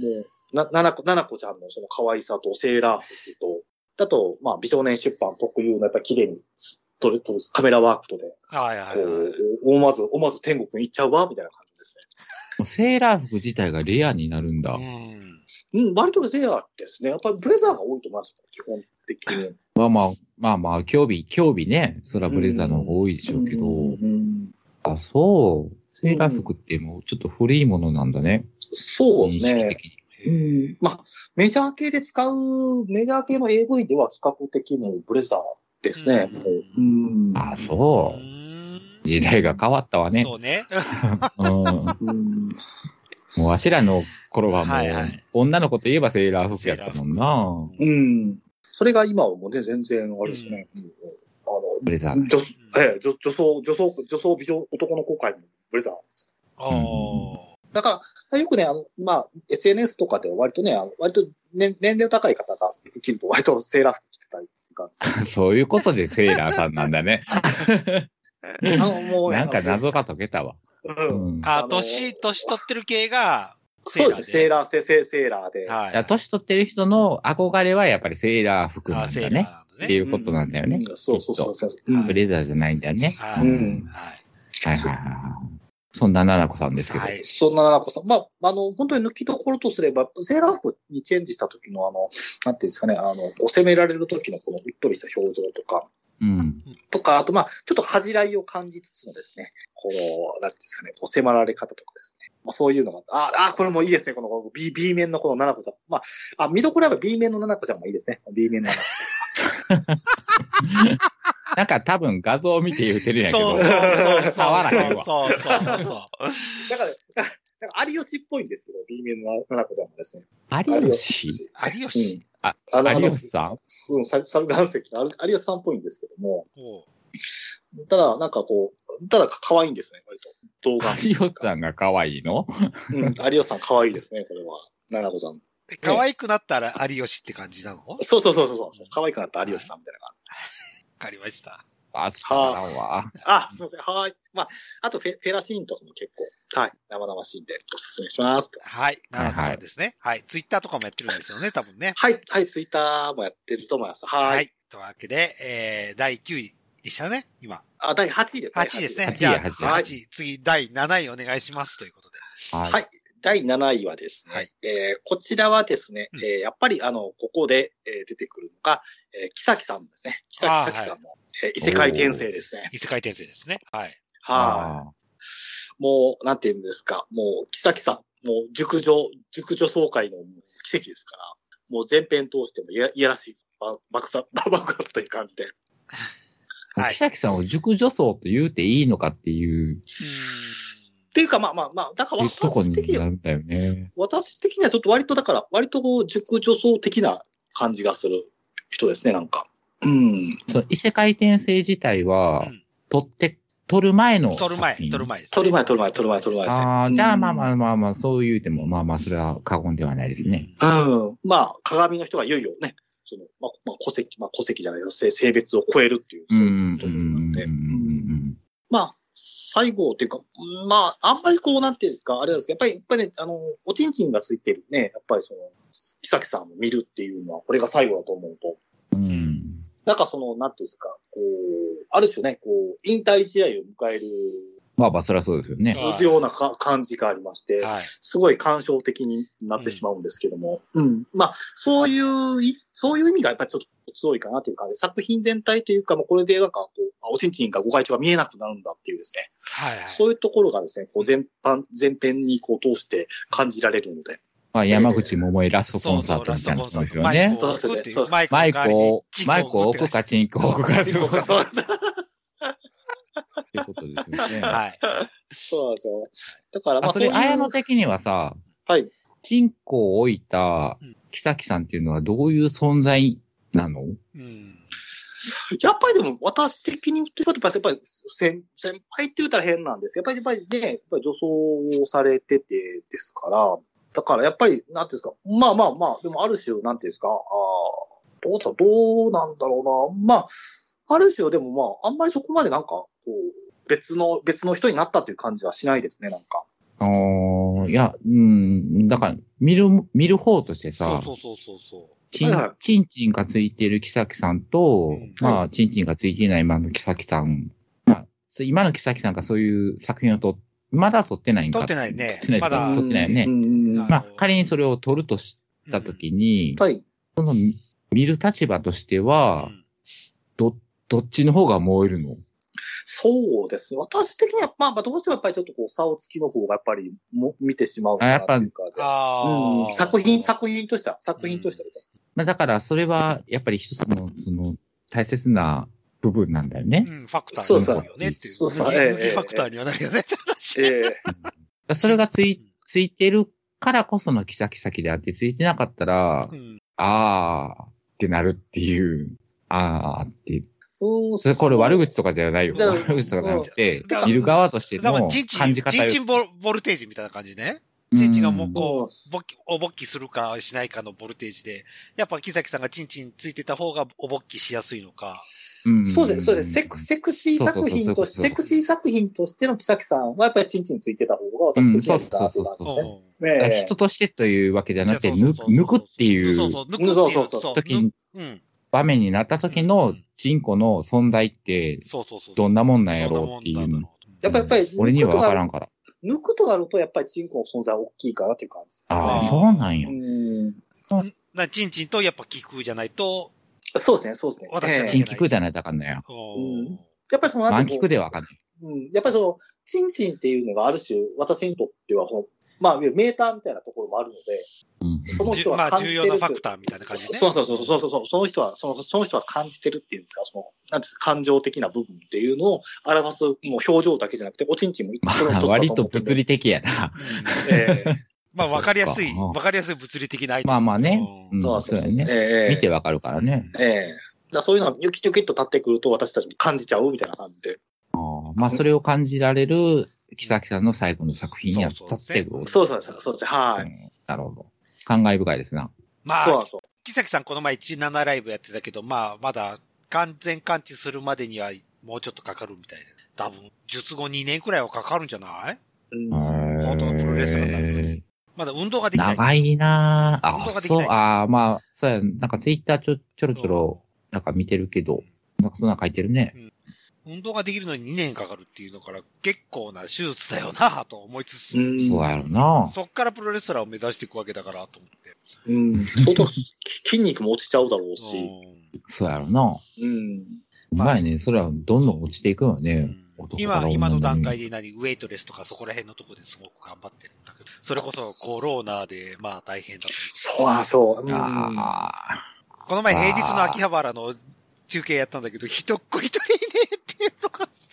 Speaker 3: もう、な、ななこ、ななこちゃんのその可愛さと、セーラー服と、だと、まあ、美少年出版特有の、やっぱり綺麗に撮る、撮るカメラワークとで、
Speaker 1: はいはい
Speaker 3: こ
Speaker 1: は
Speaker 3: う
Speaker 1: い。、
Speaker 3: 思わず、思わず天国に行っちゃうわ、みたいな感じですね。
Speaker 2: セーラー服自体がレアになるんだ。
Speaker 1: うん。
Speaker 3: うん、割とレアですね。やっぱりブレザーが多いと思います、基本的に。
Speaker 2: まあまあ、まあまあ、競技、競技ね、そらブレザーの方が多いでしょうけど、
Speaker 3: うん
Speaker 2: あ、そう。セーラー服ってもうちょっと古いものなんだね。
Speaker 3: そうです
Speaker 2: 認
Speaker 3: ね
Speaker 2: 識。的に
Speaker 3: うん、まあ、メジャー系で使う、メジャー系の AV では比較的もうブレザーですね。もう
Speaker 1: う
Speaker 3: うん
Speaker 2: あ、そうう。
Speaker 1: ん
Speaker 2: 時代が変わったわね。
Speaker 1: そうね。
Speaker 2: うん。も
Speaker 3: うん
Speaker 2: うわしらの頃はもう、
Speaker 1: はいはい
Speaker 2: 女の子といえばセーラー服やったもんな。
Speaker 3: うん。それが今はもうね、全然あれですね。うん
Speaker 2: ブレザー
Speaker 3: あ
Speaker 2: [LAUGHS]
Speaker 3: の、女、
Speaker 1: うん
Speaker 3: ええ、女女装、女装、女装美女、男の公開もブレザー。
Speaker 1: おお。
Speaker 3: だから、よくね、あの、まあ、SNS とかでは割とね、あの割と年年齢の高い方が着ると割とセーラー服着てたりとか、
Speaker 2: が。そういうことでセーラーさんなんだね。
Speaker 3: あの、もう、
Speaker 2: なんか
Speaker 3: あの
Speaker 2: 謎が解けたわ。
Speaker 3: う。
Speaker 2: うんん。
Speaker 1: あ
Speaker 3: あの、ー
Speaker 1: 年、年取ってる系が、
Speaker 3: そうですね、セーラー、セセセーラーで。
Speaker 1: はい
Speaker 2: いや年取ってる人の憧れはやっぱりセーラー服な
Speaker 1: あ
Speaker 2: ん
Speaker 1: セ
Speaker 2: だ
Speaker 1: ーラー
Speaker 2: ね。
Speaker 1: な
Speaker 2: っ
Speaker 1: の
Speaker 2: てい
Speaker 1: ね。
Speaker 2: うことなんだよ
Speaker 3: う
Speaker 2: ね
Speaker 3: ん。そうそうそうそう。
Speaker 1: と
Speaker 3: う
Speaker 2: ブ
Speaker 3: ん
Speaker 2: レザーじゃないんだよね。
Speaker 1: はい
Speaker 3: うん
Speaker 1: はい。
Speaker 2: はいはいはいはい。そんな奈々子さんですけど
Speaker 1: は。い。
Speaker 3: そんな奈々子さん、まあ、あの、本当に抜きどころとすれば、セーラー服にチェンジした時の、あの、なんていうんですかね、あの、こう攻められる時のこのうっとりした表情とか、
Speaker 2: うん。
Speaker 3: とか、あと、まあ、ちょっと恥じらいを感じつつもですね、こう、なんていうんですかね、こう迫られ方とかですね。もうそういうのが、ああ、これもいいですね、このこの B、B 面のこの奈々子ちゃん。まあ、あ、見どころはやっぱ B 面の奈々子ちゃんもいいですね。B 面の奈
Speaker 2: なんか多分画像を見て言うてるんやけ
Speaker 1: そう
Speaker 2: ど
Speaker 1: そう、そう
Speaker 2: 合わない
Speaker 1: そう。
Speaker 2: わ
Speaker 1: そうそうそう。
Speaker 2: [LAUGHS]
Speaker 3: 子ちゃん。だから、 [LAUGHS] なんか有吉っぽいんですけど、B 面の奈々子ちゃんもですね。
Speaker 2: 有吉
Speaker 1: 有吉。
Speaker 3: あの、あ
Speaker 2: 有
Speaker 3: の、
Speaker 2: 吉さん
Speaker 3: うん、サル岩石の有吉さんっぽいんですけども、
Speaker 1: おう
Speaker 3: ただ、なんかこう、ただ可愛いんですね、割と。動画。
Speaker 2: 有吉さんが可愛いの
Speaker 3: うん、有吉さん可愛いですね、これは。奈々子さん。
Speaker 1: え可愛くなったら有吉って感じなのわ
Speaker 3: そうそうそうそう。可愛くなった有吉さんみたいな
Speaker 1: か
Speaker 3: 感
Speaker 1: りました。
Speaker 2: あ、そうなんわ。
Speaker 3: じ。あ、すいません。はーい。まあ、あとフェ、フェラシーンとかも結構、はい。生々しいんで、おすすめしますと。
Speaker 1: はい。奈々子さんですね。はい。ツイッターとかもやってるんですよね、多分ね。
Speaker 3: はい。はい。ツイッターもやってると思います。はーい。
Speaker 1: はい。というわけで、えー、第9位でしたね、今。
Speaker 3: あ、第8位ですね。
Speaker 1: 8位ですね。
Speaker 2: 八位
Speaker 1: じゃあ、
Speaker 2: 八位
Speaker 1: 8位、次、第7位お願いします、ということで。
Speaker 2: は
Speaker 3: はい。第7位はですね、
Speaker 1: はい
Speaker 3: えーこちらはですね、
Speaker 1: うん
Speaker 3: えーやっぱりあの、ここで、えー出てくるのが、えー、キサキさんですね。キサキサキさんの、えー異世界転生ですね。
Speaker 1: 異世界転生ですね。はい。
Speaker 3: はい。もう、なんていうんですか、もう、キサキさん、もう、熟女、熟女総会の奇跡ですから、もう前編通してもいやいやらしいば爆発、 [LAUGHS] 爆発という感じで。
Speaker 1: はい
Speaker 2: 木崎さんを塾女装と言うていいのかってい
Speaker 1: うー
Speaker 2: う
Speaker 1: ん。
Speaker 3: っていうか、まあまあまあ、だから
Speaker 2: とこ
Speaker 3: 私
Speaker 2: に
Speaker 3: 的に
Speaker 2: な
Speaker 3: は、
Speaker 2: るんだよね。
Speaker 3: 私的にはちょっと割と、だから、割とこう、熟女層的な感じがする人ですね、なんか。うん。
Speaker 2: その異世界転生自体は、
Speaker 1: うん
Speaker 2: 撮って、撮る前の
Speaker 1: 取る前、
Speaker 2: 作品
Speaker 1: 取る前ですね。
Speaker 3: 取る前、取る前、取る前、取る前ですね。
Speaker 2: ああ、じゃあまあ
Speaker 3: あ。
Speaker 2: まあまあまあ、そう言うても、まあまあ、それは過言ではないですね。
Speaker 1: うん。
Speaker 3: うん。まあ、鏡の人がいよいよね、その、まあ、まあ、戸籍、まあ、戸籍じゃないよ性性別を超えるっていう。
Speaker 2: うんうん
Speaker 3: と
Speaker 2: う
Speaker 3: いうんこと
Speaker 2: う
Speaker 3: で
Speaker 2: ん
Speaker 3: まあ、最後っていうか、うんまあ、あんまりこう、なんていうんですか、あれなんですけど、やっぱり、やっぱりね、あの、おちんちんがついてるね、やっぱりその、木崎さんを見るっていうのは、これが最後だと思うと、
Speaker 2: うんうん。
Speaker 3: なんかその、なんていうんですか、こう、ある種ね、こう、引退試合を迎える
Speaker 2: まあまあ、そりゃそうですよね。
Speaker 1: はい
Speaker 3: ようなか感じがありまして、
Speaker 1: はい。
Speaker 3: すごい感傷的になってしまうんですけども、うん。まあ、そういうい、そういう意味がやっぱりちょっと強いかなという感じで、作品全体というか、もうこれでなんかこう、あおちんちんがご会長が見えなくなるんだっていうですね、
Speaker 1: はいはい。
Speaker 3: そういうところがですね、こう全般、全編にこう通して感じられるので。
Speaker 2: まあ、山口桃江ラス
Speaker 1: そ
Speaker 2: ト
Speaker 1: うそ
Speaker 2: コ
Speaker 1: う
Speaker 2: ンサートみたいなことですよ
Speaker 1: ラス
Speaker 2: ね。
Speaker 1: トコンサートマイクを置くっていうマイク
Speaker 2: マイ
Speaker 1: マイク
Speaker 2: クを、マイクを
Speaker 1: を置
Speaker 2: 置く
Speaker 1: く
Speaker 2: か
Speaker 1: か
Speaker 2: チンコを置くかっていうこと
Speaker 3: そうそ
Speaker 2: です
Speaker 3: う
Speaker 2: よね。
Speaker 1: はい。
Speaker 3: そうなんですよ。だから、ま
Speaker 2: あ、
Speaker 3: あ、
Speaker 2: そ
Speaker 3: そうい
Speaker 2: れ、
Speaker 3: う。
Speaker 2: 綾野的にはさ、
Speaker 3: はい。
Speaker 2: チンコを置いた
Speaker 1: うん、
Speaker 2: 木崎さんっていうのはどういう存在なの
Speaker 1: うん。
Speaker 3: やっぱりでも、私的に言うと、やっぱり先先輩って言ったら変なんですけどやっぱり、やっぱりね、やっぱり女装をされててですから、だからやっぱり、なんていうんですか、まあまあまあ、でもある種、なんていうんですか、ああ、どうだ、どうなんだろうな、まあ、ある種、でもまあ、あんまりそこまでなんか、こう、別の、別の人になったっていう感じはしないですね、なんか。
Speaker 2: あーいや、うん、だから、見る、見る方として
Speaker 1: そ
Speaker 2: さ
Speaker 1: う、そうそうそうそ
Speaker 2: チン
Speaker 3: はいはい、
Speaker 2: チンチンがついてる木崎さん
Speaker 1: う
Speaker 2: と、
Speaker 1: ん
Speaker 2: まあ、チンチンがついていない今の木崎さん、まあ、そう今の木崎さんがそういう作品をと、まだ撮ってないん
Speaker 1: う。
Speaker 2: か
Speaker 1: 撮ってないね
Speaker 2: 撮って。ない
Speaker 1: まだ
Speaker 2: 撮。ってないよね
Speaker 3: うんうんうん
Speaker 1: あ
Speaker 2: ま
Speaker 1: あ
Speaker 2: あ
Speaker 1: の、
Speaker 2: 仮にそれを撮るとし
Speaker 1: うん
Speaker 2: たときに、
Speaker 3: はい。
Speaker 2: 見る立場として
Speaker 1: う
Speaker 2: は、
Speaker 1: ん
Speaker 2: ど、どっちの方が燃えるの
Speaker 3: そうですね。私的には、まあ、まあ、どうしてもやっぱりちょっとこう、差をつきの方がやっぱりも見てしまうかなっていう感じで。
Speaker 1: あ
Speaker 3: うん
Speaker 1: あ。
Speaker 3: 作品、作品としては、作品としてはですね。
Speaker 2: まあ、だから、それは、やっぱり一つの、その、大切な部分なんだよね。
Speaker 1: うん、ファクター
Speaker 3: そう
Speaker 1: に
Speaker 3: そ
Speaker 1: な
Speaker 3: う
Speaker 1: るよねっていう。
Speaker 3: そうそ
Speaker 1: 脱
Speaker 3: う
Speaker 1: ぎ
Speaker 3: ええ
Speaker 1: 脱ぎファクターにはなるよねって話。
Speaker 3: ええ
Speaker 2: だから [LAUGHS] それがつい、ついてるからこそのキサキサキであって、ついてなかったら
Speaker 1: う、ん。
Speaker 2: あーってなるっていう、あーって。
Speaker 3: うん
Speaker 2: それ、これ悪口とかではないよ。
Speaker 3: じゃあ
Speaker 2: 悪口とかじゃなくて
Speaker 1: だか、ら
Speaker 2: 見る側として
Speaker 1: だから、
Speaker 2: の
Speaker 1: チンチン、チ
Speaker 2: 感じ方
Speaker 1: ン
Speaker 2: よ
Speaker 1: チンボボルテージみたいな感じね。チンチンがもうこ、
Speaker 3: そう
Speaker 1: 勃起、お勃起するかしないかのボルテージで、やっぱ木崎さんがチンチンついてた方がお勃起しやすいのか。
Speaker 2: うん
Speaker 3: そうですね、そうですね。セクセクシー作
Speaker 2: そ
Speaker 3: 品として、
Speaker 2: うそうそうそう
Speaker 3: セクシー作品としての木崎さんはやっぱりチンチンついてた方が私的にはいいかなっていう感じ
Speaker 1: そ
Speaker 3: で
Speaker 1: う
Speaker 3: すね。
Speaker 1: ん。
Speaker 2: だから
Speaker 3: ねえ
Speaker 2: 人としてというわけじゃなくて、
Speaker 1: そうそう
Speaker 2: 抜
Speaker 1: そう
Speaker 2: く抜くってい
Speaker 1: そう
Speaker 2: う
Speaker 1: そう、抜くってい。
Speaker 3: そううそうそう
Speaker 2: 時
Speaker 1: 抜
Speaker 2: に
Speaker 1: くうん。
Speaker 2: 場面になった時のチンコの存在って、
Speaker 1: そうそうそう。
Speaker 2: どんなもんなん
Speaker 1: どんなも
Speaker 2: や
Speaker 1: ん
Speaker 2: ろうっていう
Speaker 1: だ
Speaker 2: の。
Speaker 1: ろう
Speaker 3: やっぱやっぱり
Speaker 2: 俺にはわからんから。
Speaker 3: 抜くとなると、やっぱりチンコの存在は大きいかなっていう感じですね。
Speaker 2: ああ、
Speaker 1: ー
Speaker 2: そうなんや
Speaker 3: う。ん
Speaker 1: な、チンチンとやっぱ気空じゃないと、
Speaker 3: そうですね、そうですね。
Speaker 1: 私は
Speaker 3: ええ
Speaker 2: 新菊じゃないとあかんのよ。
Speaker 1: おー
Speaker 3: うんやっぱりそのなん
Speaker 2: 満
Speaker 3: ていうの
Speaker 2: 菊ではあかんのよ。
Speaker 3: うん、やっぱりその、チンチンっていうのがある種、私にとっては、その、まあ、いわゆるメーターみたいなところもあるので、
Speaker 2: うん
Speaker 3: その
Speaker 1: じゅ
Speaker 3: 人
Speaker 1: ま
Speaker 3: は
Speaker 1: あ
Speaker 3: 感じ
Speaker 1: 重
Speaker 3: てる
Speaker 1: 要
Speaker 3: とい
Speaker 1: なファクターみたいな感じね。
Speaker 3: そうそうそうそうそうそう、その人は、そのその人は感じてるっていうんですか、その、なんですか、感情的な部分っていうのを表す、もう表情だけじゃなくて、おちんちんも一
Speaker 2: ま
Speaker 3: これも一
Speaker 2: あ、
Speaker 3: つだ
Speaker 2: [LAUGHS] 割
Speaker 3: 思
Speaker 2: と
Speaker 3: ってるん
Speaker 2: 物
Speaker 3: で
Speaker 2: 理的やな。
Speaker 1: うん
Speaker 3: ええ
Speaker 1: まあわかりやすい、
Speaker 2: そっかうん
Speaker 1: わかりやすい物理的なアイテム
Speaker 2: まあまあね。
Speaker 1: う
Speaker 2: うん
Speaker 1: ん
Speaker 3: そうそうそう。
Speaker 2: そうやね
Speaker 3: ええ
Speaker 2: 見てわかるからね。
Speaker 3: ええだからそういうのがニョキニョキっと立ってくると私たちも感じちゃうみたいな感じで。
Speaker 2: あーまあ、それを感じられる、木崎さんの最後の作品やったってこと
Speaker 3: そうそうそう、そうですね。は
Speaker 2: う
Speaker 3: い。
Speaker 2: んなるほど。感慨深いですな。
Speaker 1: ま
Speaker 3: そうなん
Speaker 1: あ
Speaker 3: で、すよ。
Speaker 1: 木崎さんこの前17ライブやってたけど、まあまだ完全完治するまでにはもうちょっとかかるみたいな。多分、術後2年くらいはかかるんじゃない
Speaker 3: うん
Speaker 1: 本
Speaker 2: 本
Speaker 1: 当のプロレスラーになるのにまだ運動ができない。
Speaker 2: 長いなぁ。
Speaker 1: 運
Speaker 2: あ、
Speaker 1: 動ができ
Speaker 2: そ
Speaker 1: な
Speaker 2: う
Speaker 1: い、
Speaker 2: あーまあ、そうや、なんかツイッターちょちょろちょろ、なんか見てるけど、なんかそんなの書いてるね。
Speaker 1: 運動ができるのに2年かかるっていうのから結構な手術だよなぁと思いつつ、
Speaker 3: うん
Speaker 2: そうやろな
Speaker 1: そっからプロレスラーを目指していくわけだからと思って。
Speaker 3: うん。相当き筋肉も落ちちゃうだろうし。
Speaker 1: うん
Speaker 2: そうやろな
Speaker 3: うん。
Speaker 2: う
Speaker 1: まあ
Speaker 2: まいね。それはどんどん落ちていくよね。男から女
Speaker 1: 今、
Speaker 2: に
Speaker 1: 今の段階で何、ウェイトレスとかそこら辺のとこですごく頑張ってるんだけど、それこそコロナで、まあ大変だと思う
Speaker 3: そうあそう。うん
Speaker 2: あ
Speaker 1: この前平日の秋葉原の中継やったんだけど、人っ子一人いねえっていう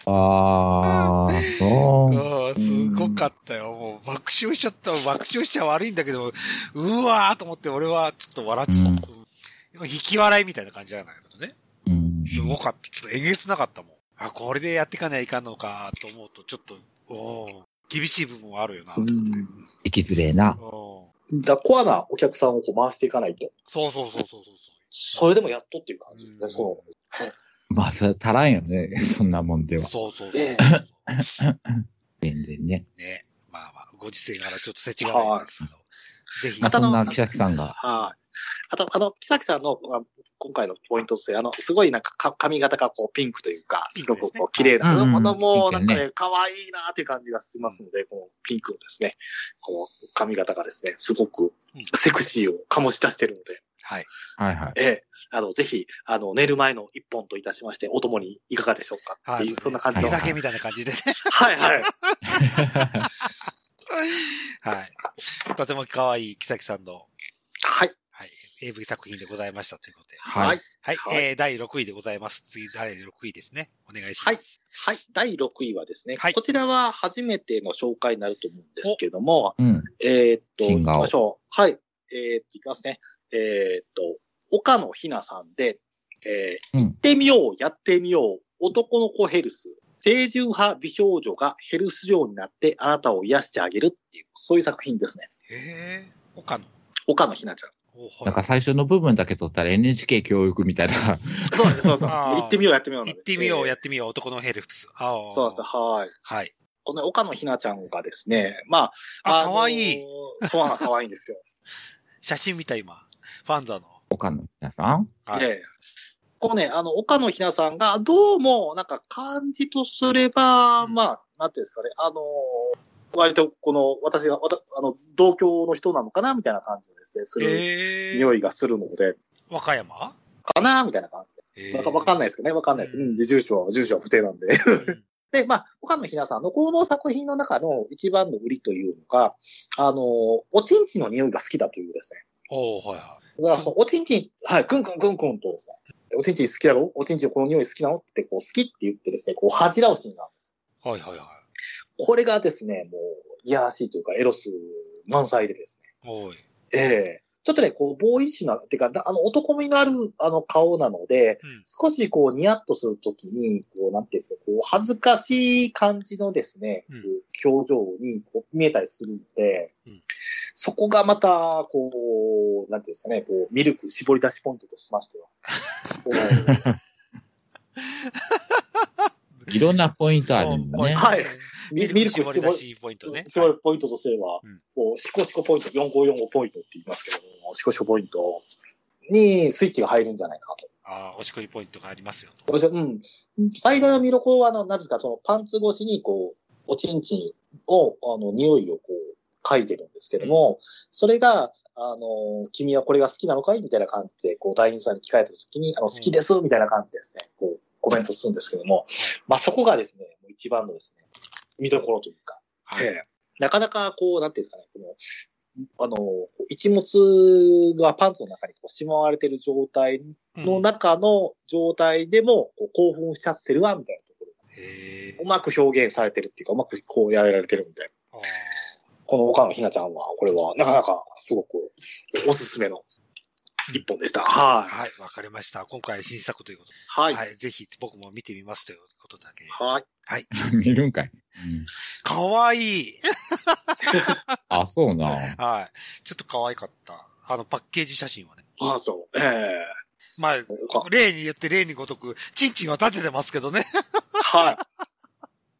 Speaker 1: の
Speaker 2: あ。ああ、そう。
Speaker 1: が、うんすごかったよ。もう爆笑しちゃった。爆笑しちゃ悪いんだけど、うわーと思って俺はちょっと笑っちゃった。うん引き笑いみたいな感じじゃないけどね。
Speaker 2: うん。
Speaker 1: すごかった。ちょっとえげつなかったもん。あ、これでやっていかないかんのかと思うと、ちょっと、おー厳しい部分はあるよなと
Speaker 3: う
Speaker 1: 思って。
Speaker 3: ん
Speaker 2: 生きづれえな。
Speaker 1: おー
Speaker 3: だコアなお客さんをこう回していかないと。
Speaker 1: そうそうそうそうそうそ
Speaker 3: それでもやっとっていう感じです
Speaker 1: う
Speaker 3: ね。
Speaker 1: ん
Speaker 3: そ
Speaker 2: まあ、それは足らんよね。 [LAUGHS] そんなもんで
Speaker 1: う。
Speaker 2: は。
Speaker 1: そうそうそう
Speaker 3: え
Speaker 2: 全然ね。
Speaker 1: ね。まあまあ、ご時世からちょっと世知がないんですけど。ぜひ。
Speaker 2: まあ、
Speaker 3: た
Speaker 2: そ
Speaker 3: の
Speaker 2: んな木崎さんが。
Speaker 3: う。はい。あと、あの、木崎さんのあ今回のポイントとして、あの、すごいなんかか髪型がこうピンクというか、すごくこう綺麗な、
Speaker 2: うんうん
Speaker 3: このもう
Speaker 2: ピ
Speaker 3: な
Speaker 2: ン
Speaker 3: ん
Speaker 2: ク
Speaker 3: か
Speaker 2: ね
Speaker 3: ね、可愛いなっていう感じがしますので、このピンクをですね、この髪型がですね、すごくセクシーを醸し出してるので、
Speaker 1: はい。
Speaker 2: はい
Speaker 3: [LAUGHS]
Speaker 2: はい。
Speaker 3: ええ、あの、ぜひ、あの、寝る前の一本といたしまして、お供にいかがでしょうかっていう、そんな感じ
Speaker 1: 手
Speaker 3: の。
Speaker 1: だ
Speaker 3: はい
Speaker 1: けみたいな感じでね。 [LAUGHS]
Speaker 3: はい。
Speaker 1: はい。とても可愛い木崎さんの、
Speaker 3: はい。
Speaker 1: はい、AV 作品でございましたということで。
Speaker 2: は
Speaker 3: はいい。
Speaker 1: はい。
Speaker 3: はい
Speaker 1: えー、第6位でございます。次、誰で6位ですね。お願いします。
Speaker 3: はい。第6位はですね、
Speaker 1: はい
Speaker 3: こちらは初めての紹介になると思うんですけども、
Speaker 2: うん。
Speaker 3: えーっと、
Speaker 2: シ
Speaker 3: 行
Speaker 2: ン
Speaker 3: き
Speaker 2: ガーを
Speaker 3: ましょう。はい。えーっと、いきますね。えーっと、岡野ひなさんで、えー
Speaker 2: うん
Speaker 3: 行ってみよう、やってみよう、男の子ヘルス。清純派美少女がヘルス嬢になってあなたを癒してあげるっていう、そういう作品ですね。
Speaker 1: へえ。岡野。
Speaker 3: 岡野ひなちゃん。
Speaker 1: お
Speaker 2: なん
Speaker 1: は
Speaker 2: か最初の部分だけ取ったら NHK 教育みたいな。 [LAUGHS]
Speaker 3: そうですそうそう。
Speaker 1: あー
Speaker 3: 行ってみよう、やってみよう
Speaker 1: い。
Speaker 3: な
Speaker 1: 行
Speaker 3: んで
Speaker 1: ってみよう、
Speaker 3: えー
Speaker 1: やってみよう、男のヘルプス。ああ。
Speaker 3: そうそう、はい。
Speaker 1: はい。
Speaker 3: この岡野ひなちゃんがですね、まあ、
Speaker 1: あ、可愛い。。
Speaker 3: そうなの、可愛いんですよ。
Speaker 1: 写真見た、今。ファンザの。
Speaker 2: 岡野皆さん
Speaker 1: [LAUGHS] はい。
Speaker 3: ええ。こうね、あの、岡野ひなさんが、どうも、なんか感じとすれば、
Speaker 1: うん
Speaker 3: まあ、なんていうんですかね、あのー割と、この、私が、わたあの、同郷の人なのかなみたいな感じがですね、する、
Speaker 1: ええ。
Speaker 3: 匂いがするので、
Speaker 1: 和歌山
Speaker 3: かなみたいな感じ
Speaker 1: え
Speaker 3: で。わかわか
Speaker 1: な
Speaker 3: ん
Speaker 1: い。
Speaker 3: ないですけどね、わかんないです。
Speaker 1: う
Speaker 3: うんん、で住所は、住所は不定なんで。 [LAUGHS]
Speaker 1: うん
Speaker 3: で、まあ、岡野ひなさんのこの作品の中の一番の売りというのが、あのーおちんちんの匂いが好きだというですね。
Speaker 1: [LAUGHS] おー、はいは
Speaker 3: だからそのおちんちん、はい、くんくんくんくんとですね、でおちんちん好きだろおちんちんこの匂い好きなのって、こう、好きって言ってですね、こう、恥じらうシーンなんです。
Speaker 1: い。はいはいは
Speaker 3: これがですね、もう、いやらしいというか、エロス満載でです
Speaker 1: い。おい。
Speaker 3: ね、ええちょっとね、こう、ボーイッシュな、てか、なあの、男味のある、あの、顔なので、
Speaker 1: うん。
Speaker 3: 少しこう、ニヤッとするときに、こう、なんていうんですか、こう、恥ずかしい感じのですね、
Speaker 1: うん
Speaker 3: こう表情にこう見えたりするので、
Speaker 1: うん
Speaker 3: そこがまた、こう、なんていうんですかね、こう、ミルク絞り出しポイントとしま
Speaker 1: [LAUGHS]
Speaker 3: しては。こ
Speaker 2: いろんなポイントあるんだ
Speaker 1: そう
Speaker 2: ね。
Speaker 3: はい
Speaker 1: ポ
Speaker 3: う
Speaker 1: イント
Speaker 3: ミミ
Speaker 1: ミ
Speaker 3: ル
Speaker 1: ル
Speaker 3: ク
Speaker 1: ク
Speaker 3: 絞
Speaker 1: 絞
Speaker 3: り
Speaker 1: り出しポイントね。
Speaker 3: 絞るポイントとすれば、
Speaker 1: うん
Speaker 3: こう、シコシコポイント、4545ポイントって言いますけども、シコシコポイントにスイッチが入るんじゃないかなと。
Speaker 1: ああ、おしこりポイントがありますよと。
Speaker 3: 私はうん。最大の見どころは、あの、なぜか、その、パンツ越しに、こう、おちんちんを、あの、匂いをこう、書いてるんですけども、それが、あの、君はこれが好きなのかいみたいな感じで、こう、団員さんに聞かれた時に、あの、好きです、みたいな感じでですね、こう、コメントするんですけども、まあ、そこがですね、もう一番のですね、見どころというか、
Speaker 1: はい。
Speaker 3: ええなかなかこう、なんていうんですかね、この、あの、こう一物がパンツの中にこうしまわれてる状態の
Speaker 1: うん
Speaker 3: 中の状態でも、こう興奮しちゃってるわ、みたいなところ
Speaker 1: へ
Speaker 3: が。う
Speaker 1: ー
Speaker 3: まく表現されてるっていうか、うまくこうやられてるみたいな。
Speaker 1: あー
Speaker 3: この岡野ひなちゃんは、これは、なかなか、すごく、おすすめの一本でした。はい。
Speaker 1: はい、わかりました。今回新作ということで。
Speaker 3: は。
Speaker 1: はいい、
Speaker 3: はい。
Speaker 1: ぜひ僕も見てみますということだけ。
Speaker 2: [LAUGHS] 見るんかい。
Speaker 1: かわいい
Speaker 2: あ、そうな。
Speaker 1: はい。ちょっとかわいかった。あの、パッケージ写真はね。
Speaker 3: ああ、そう。ええ
Speaker 1: まあ、
Speaker 3: 岡
Speaker 1: 例によって例にごとく、チンチンは立ててますけどね。
Speaker 3: はい。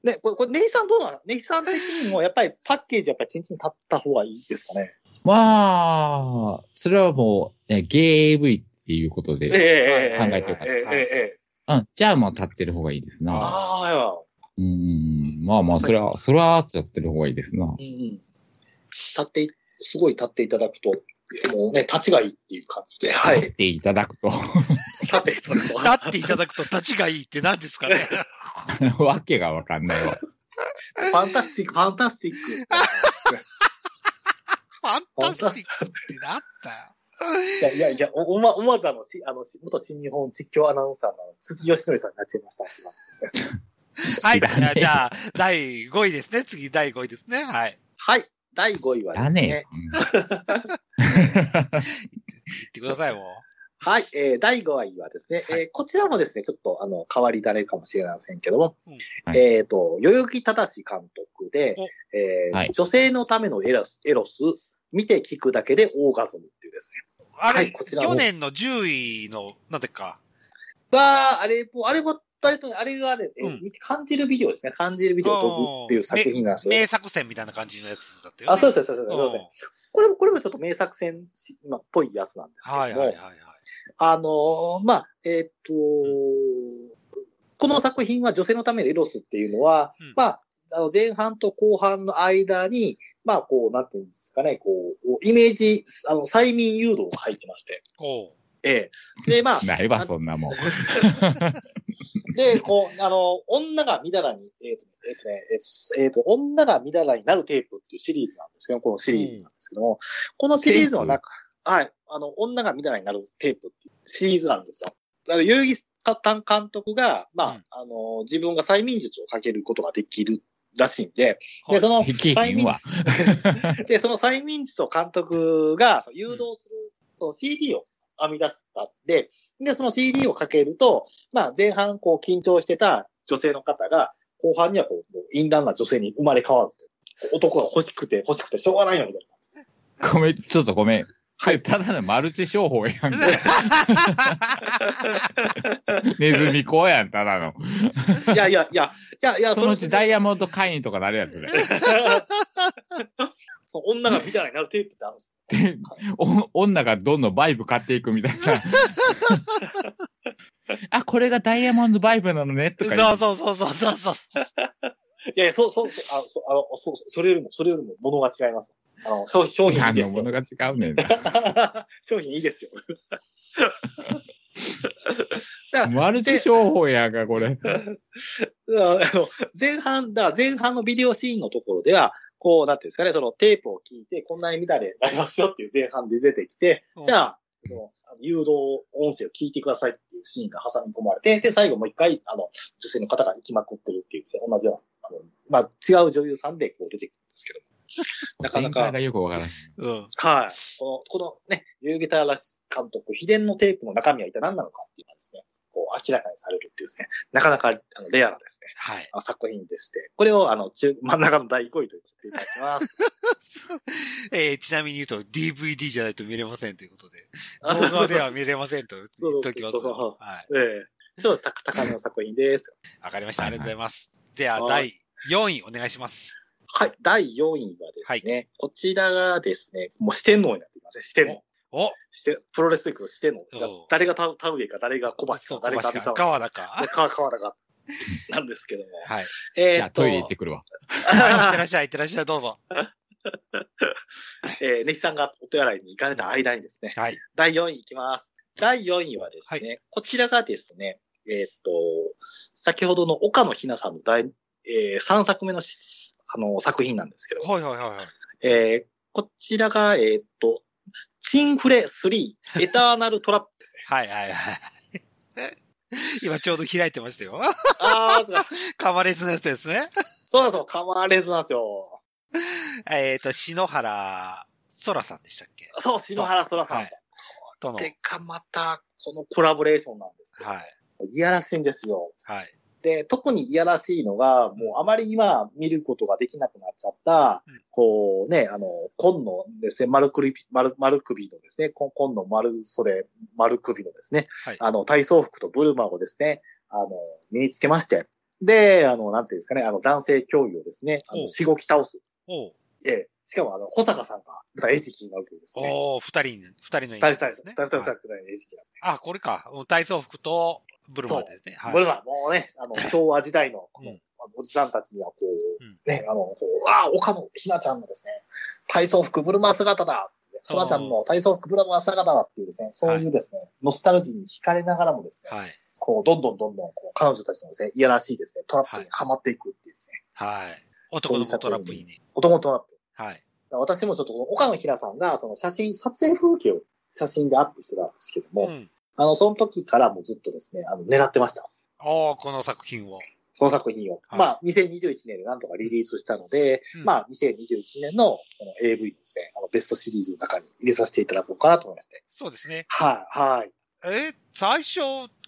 Speaker 3: ね、これ、これ、ネギさんどうなのネギさん的にも、やっぱりパッケージ、やっぱりチンチン立った方がいいですかね。
Speaker 2: まあ、それはもう、ね、ゲイ AV っていうこと
Speaker 3: え
Speaker 2: で。
Speaker 3: え
Speaker 2: 考えてよかった
Speaker 3: ええええええ
Speaker 2: うん、じゃあまあ立ってる方がいいですな。
Speaker 3: ああ、
Speaker 2: うん、まあまあ、それは、それは立ってる方がいいですな。
Speaker 3: うんうん。立ってい、すごい立っていただくと、もうね、立ちがいいっていう感じで、は
Speaker 2: 立
Speaker 3: い
Speaker 2: っ。ていただく
Speaker 3: 立っていただくと。
Speaker 1: 立っていただくと立ちがいいって何ですかね。
Speaker 2: と、 [LAUGHS] わけがわかんないわ。
Speaker 3: ファンタスティック、ファンタスティック。
Speaker 1: ファンタスティックってなんだよ。
Speaker 2: [LAUGHS]
Speaker 3: いやいやいや、おおま、おまざのし、あの、し元新日本実況アナウンサーの辻義則さんになっちゃいました。今
Speaker 1: はい。
Speaker 2: 知らねえ
Speaker 1: じゃあ、第5位ですね。次、第5位ですね。はい。
Speaker 3: はい。第5位はで
Speaker 2: だ
Speaker 3: す
Speaker 2: ね
Speaker 3: ね。
Speaker 1: 言ってください、もう。
Speaker 3: はい。えー第5位はですね、えーこちらもですね、ちょっと、あの、変わり種かもしれませんけども、
Speaker 1: うん
Speaker 2: はい
Speaker 3: えっ、と、代々木正監督で、えー
Speaker 2: はい
Speaker 3: 女性のためのエロス、エロス、見て聞くだけでオーガズムっていうですね。
Speaker 1: あれ、
Speaker 3: はいこちらも
Speaker 1: 去年の10位の、なんでか。
Speaker 3: わあ、あれ、もうあれも、誰と、あれがね、えー
Speaker 1: うん
Speaker 3: 見て感じるビデオですね。感じるビデオを飛ぶっていう作品なんですよ。
Speaker 1: 名作戦みたいな感じのやつだったよ、ね。
Speaker 3: あ、そう
Speaker 1: う
Speaker 3: です、そうです、
Speaker 1: ん
Speaker 3: そうです。これも、これもちょっと名作戦し、まあ、っぽいやつなんですけども、
Speaker 1: はいはいはいはい。
Speaker 3: あのーまあ、えーっと、この作品は女性のためのエロスっていうのは、
Speaker 1: うん
Speaker 3: まあ、あの前半と後半の間に、まあ、こう、なんていうんですかね、こう、イメージ、あの、催眠誘導が入ってまして、
Speaker 1: おう
Speaker 3: ええ。で、まあ
Speaker 2: うん、、 [LAUGHS] ないわ、そん
Speaker 3: [LAUGHS]
Speaker 2: なもん。
Speaker 3: で、こう、あの、女がみだらに、えっ、と、えっ、とね、えっと、えーと、女がみだらになるテープっていうシリーズなんですけど、このシリーズなんですけども、このシリーズの中、はい、あの、女がみだらになるテープっていうシリーズなんですよ。だから、代々木監督が、まあ、
Speaker 1: うん
Speaker 3: あの、自分が催眠術をかけることができるらしいんで、
Speaker 1: は
Speaker 3: で、
Speaker 1: い
Speaker 3: その、
Speaker 2: でき
Speaker 3: 催
Speaker 2: ひん
Speaker 3: 眠
Speaker 2: わ。
Speaker 3: で、その催眠術を監督がその誘導する、その CD を編み出したんで、で、その CD をかけると、まあ前半こう緊張してた女性の方が、後半にはこう、もう淫乱な女性に生まれ変わるという。男が欲しくて欲しくてしょうがないよみたいな感じです。
Speaker 2: ごめん、ちょっとごめん。
Speaker 3: はい
Speaker 2: ただのマルチ商
Speaker 3: [LAUGHS]
Speaker 2: 法やんけ。ネズミ子やん、ただの。
Speaker 3: いやいやいや、いやいや、
Speaker 2: そのうちダイ
Speaker 3: 学。
Speaker 2: ヤモンド会員とかなるやつね。
Speaker 3: その女がみたいになるテープってあるんです
Speaker 2: でお女がどんどんバイブ買っていくみたい
Speaker 3: [LAUGHS]
Speaker 2: な。あ、これがダイヤモンドバイブなのねとか言
Speaker 1: そう
Speaker 2: う。
Speaker 3: [LAUGHS]
Speaker 1: そう [LAUGHS] そうそうそうそう。
Speaker 3: よいやいや、そう、そう、そう、あの、そう、あのそうそうそれよりも、それよりも物が違います。あの、商品、商品いい
Speaker 2: 何
Speaker 3: で
Speaker 2: の
Speaker 3: す
Speaker 2: もの。
Speaker 3: よ
Speaker 2: が違うね
Speaker 3: [LAUGHS]
Speaker 2: ん。
Speaker 3: 商品いいですよ。だから
Speaker 2: マルチ商法やんか、これ。
Speaker 3: あの、前半、だから前半のビデオシーンのところでは、こう、なんていうんですかね、そのテープを聞いて、こんなに乱れなりますよっていう前半で出てきて
Speaker 1: うん、
Speaker 3: じゃあ、その、あの誘導音声を聞いてくださいっていうシーンが挟み込まれて、で、最後もう一回、あの、女性の方が行きまくってるっていうですね、同じような、あの、まあ、違う女優さんでこう出てくるんですけどなかな
Speaker 2: 展
Speaker 3: か
Speaker 2: 開がよくわからん。
Speaker 1: うん。
Speaker 3: はい。この、このね、代々木田らし監督、秘伝のテープの中身は一体何なのかっていうのがですね、こう明らかにされるっていうですね、なかなかあのレアなですね、
Speaker 1: はい。
Speaker 3: あの作品でして、これをあの、中、真ん中の第5位と言っていただきます。
Speaker 1: えーちなみに言うと DVD じゃないと見れませんということで、動画では見れませんと言っておきます
Speaker 3: そうそうそうそ。
Speaker 1: はい。
Speaker 3: [LAUGHS] ええちょっと高高めの作品です。
Speaker 1: わかりました。あ
Speaker 2: はい
Speaker 1: り
Speaker 2: はい
Speaker 1: がとうございます。では、
Speaker 3: は
Speaker 1: 第
Speaker 3: い
Speaker 1: 4位お願いします。
Speaker 3: はい。第4位はですね、こちらがですね、もう四天王になっていますね。四天王。
Speaker 1: お
Speaker 3: 四天プロレスリングの四天王。じゃあ
Speaker 1: おう
Speaker 3: 誰が田田植えか、誰が小
Speaker 1: そ
Speaker 3: 橋
Speaker 1: う
Speaker 3: か、誰が
Speaker 1: 小
Speaker 3: 阿部
Speaker 1: 橋か
Speaker 3: さんか、
Speaker 1: 川田か。
Speaker 3: 川川田か、なんですけども。
Speaker 1: はい。
Speaker 3: え
Speaker 2: じゃ
Speaker 3: ー
Speaker 2: あ
Speaker 3: と
Speaker 2: トイレ行ってくるわ。
Speaker 1: はい、いってらっしゃい、いってらっしゃい、どうぞ。
Speaker 3: [LAUGHS] えー、ネヒさんがお手洗いに行かれた間にですね、
Speaker 1: はい。
Speaker 3: 第4位いきます。第4位はですね、こちらがですね、えーっと、先ほどの岡野ひなさんの第、え3作目のしあの作品なんですけど、
Speaker 1: はいはいはいはい。。
Speaker 3: えーこちらが、えーっと、チンフレ3、エターナルトラップですね
Speaker 1: [LAUGHS] はいはいはい。 [LAUGHS] 今ちょうど開いてましたよ。 [LAUGHS]
Speaker 3: あー、そうか
Speaker 1: カマレズのやつですね。
Speaker 3: そうなんですよ。変わらずなんですよ。
Speaker 1: えっと、篠原空さんでしたっけ
Speaker 3: そう、篠原空さん
Speaker 1: は
Speaker 3: と。
Speaker 1: いとの。は
Speaker 3: で
Speaker 1: い。
Speaker 3: か、また、このコラボレーションなんですけど、いやらしいんですよ。
Speaker 1: はい。
Speaker 3: で、特にいやらしいのが、もうあまり今見ることができなくなっちゃった、
Speaker 1: うん
Speaker 3: こうね、あの、紺のですね、丸首、丸、丸首のですね、こ紺の丸袖、丸首のですね、
Speaker 1: はい
Speaker 3: あの、体操服とブルマをですね、あの、身につけまして、で、あの、なんていうんですかね、あの、男性競技をですね、あ
Speaker 1: おう
Speaker 3: の、しごき倒す。
Speaker 1: おう
Speaker 3: ええ、しかもあの、保坂さんが舞台餌食になるというですね。
Speaker 1: おー二人に、二人の演
Speaker 3: 二
Speaker 1: 技
Speaker 3: 人
Speaker 1: で
Speaker 3: 二人、
Speaker 1: す
Speaker 3: 二
Speaker 1: ね
Speaker 3: 人二人二人
Speaker 1: はい
Speaker 3: の餌食なんですね。
Speaker 1: あ、これか。うん体操服とブルマですね。はい
Speaker 3: ブルマ、もうね、
Speaker 1: [LAUGHS]
Speaker 3: あの、昭和時代の、この、
Speaker 1: うん
Speaker 3: あのおじさんたちには、こう、
Speaker 1: うん
Speaker 3: ね、あの、こう、ああ、岡野ひなちゃんのですね、体操服ブルマ姿だそらちゃんの体操服ブルマ姿だっていうですね、そういうですね、ノスタルジーに惹かれながらもですね、
Speaker 1: はい。
Speaker 3: こう、どんどんどんどん、こう、彼女たちのですね、いやらしいですね、トラップにはまっていくっていうですね、
Speaker 1: はい。男の子トラップいいね。
Speaker 3: 男のトラップ。
Speaker 1: はい。
Speaker 3: だから私もちょっと、岡野ひなさんが、その写真、撮影風景を写真でアップしてたんですけども、
Speaker 1: うん。
Speaker 3: あの、その時からもうずっとですね、あの、狙ってました。
Speaker 1: おーこの作品を。
Speaker 3: その作品を。
Speaker 1: はい
Speaker 3: まあ、2021年でなんとかリリースしたので、
Speaker 1: うん
Speaker 3: まあ、2021年のこの AV ですね、あのベストシリーズの中に入れさせていただこうかなと思いまして。
Speaker 1: そうですね。
Speaker 3: はい、はい。
Speaker 1: えー最初、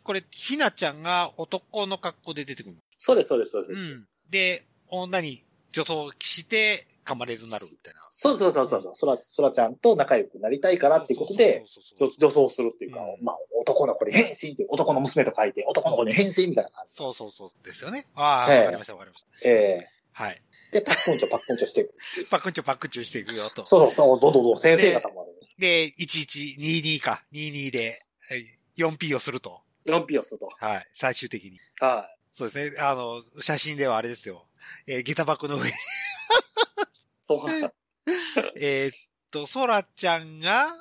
Speaker 1: これ、ひなちゃんが男の格好で出てくるの。
Speaker 3: そうです、そうです、そう
Speaker 1: う
Speaker 3: です。
Speaker 1: ん。で、女に女装して、噛まれずになるみたいな。
Speaker 3: そうそうそうそうそう、そら、そらちゃんと仲良くなりたいからっていうことで、
Speaker 1: そうそうそう
Speaker 3: 女女装するっていうか、
Speaker 1: うん
Speaker 3: まあ、男の子に変身って、男の娘と書いて、男の子に変身みたいな感じ。
Speaker 1: そう。そうそうそうですよね。ああ、
Speaker 3: ええ
Speaker 1: わかりました、わかりました。
Speaker 3: え
Speaker 1: はい。
Speaker 3: えで、パックンチョ、パックンチョしていくっていう。
Speaker 1: パックンチョパックンチョしていくよと。
Speaker 3: そうそう、そう、どうどうどう、先生方もね、
Speaker 1: で、1122か、22で、はい 4P をすると。
Speaker 3: ロンピをすると。
Speaker 1: はい。最終的に。
Speaker 3: は
Speaker 1: そうですね。あの、写真ではあれですよ。えー下駄箱の上に、
Speaker 3: い。そう。
Speaker 1: えーっと、ソラちゃんが、ん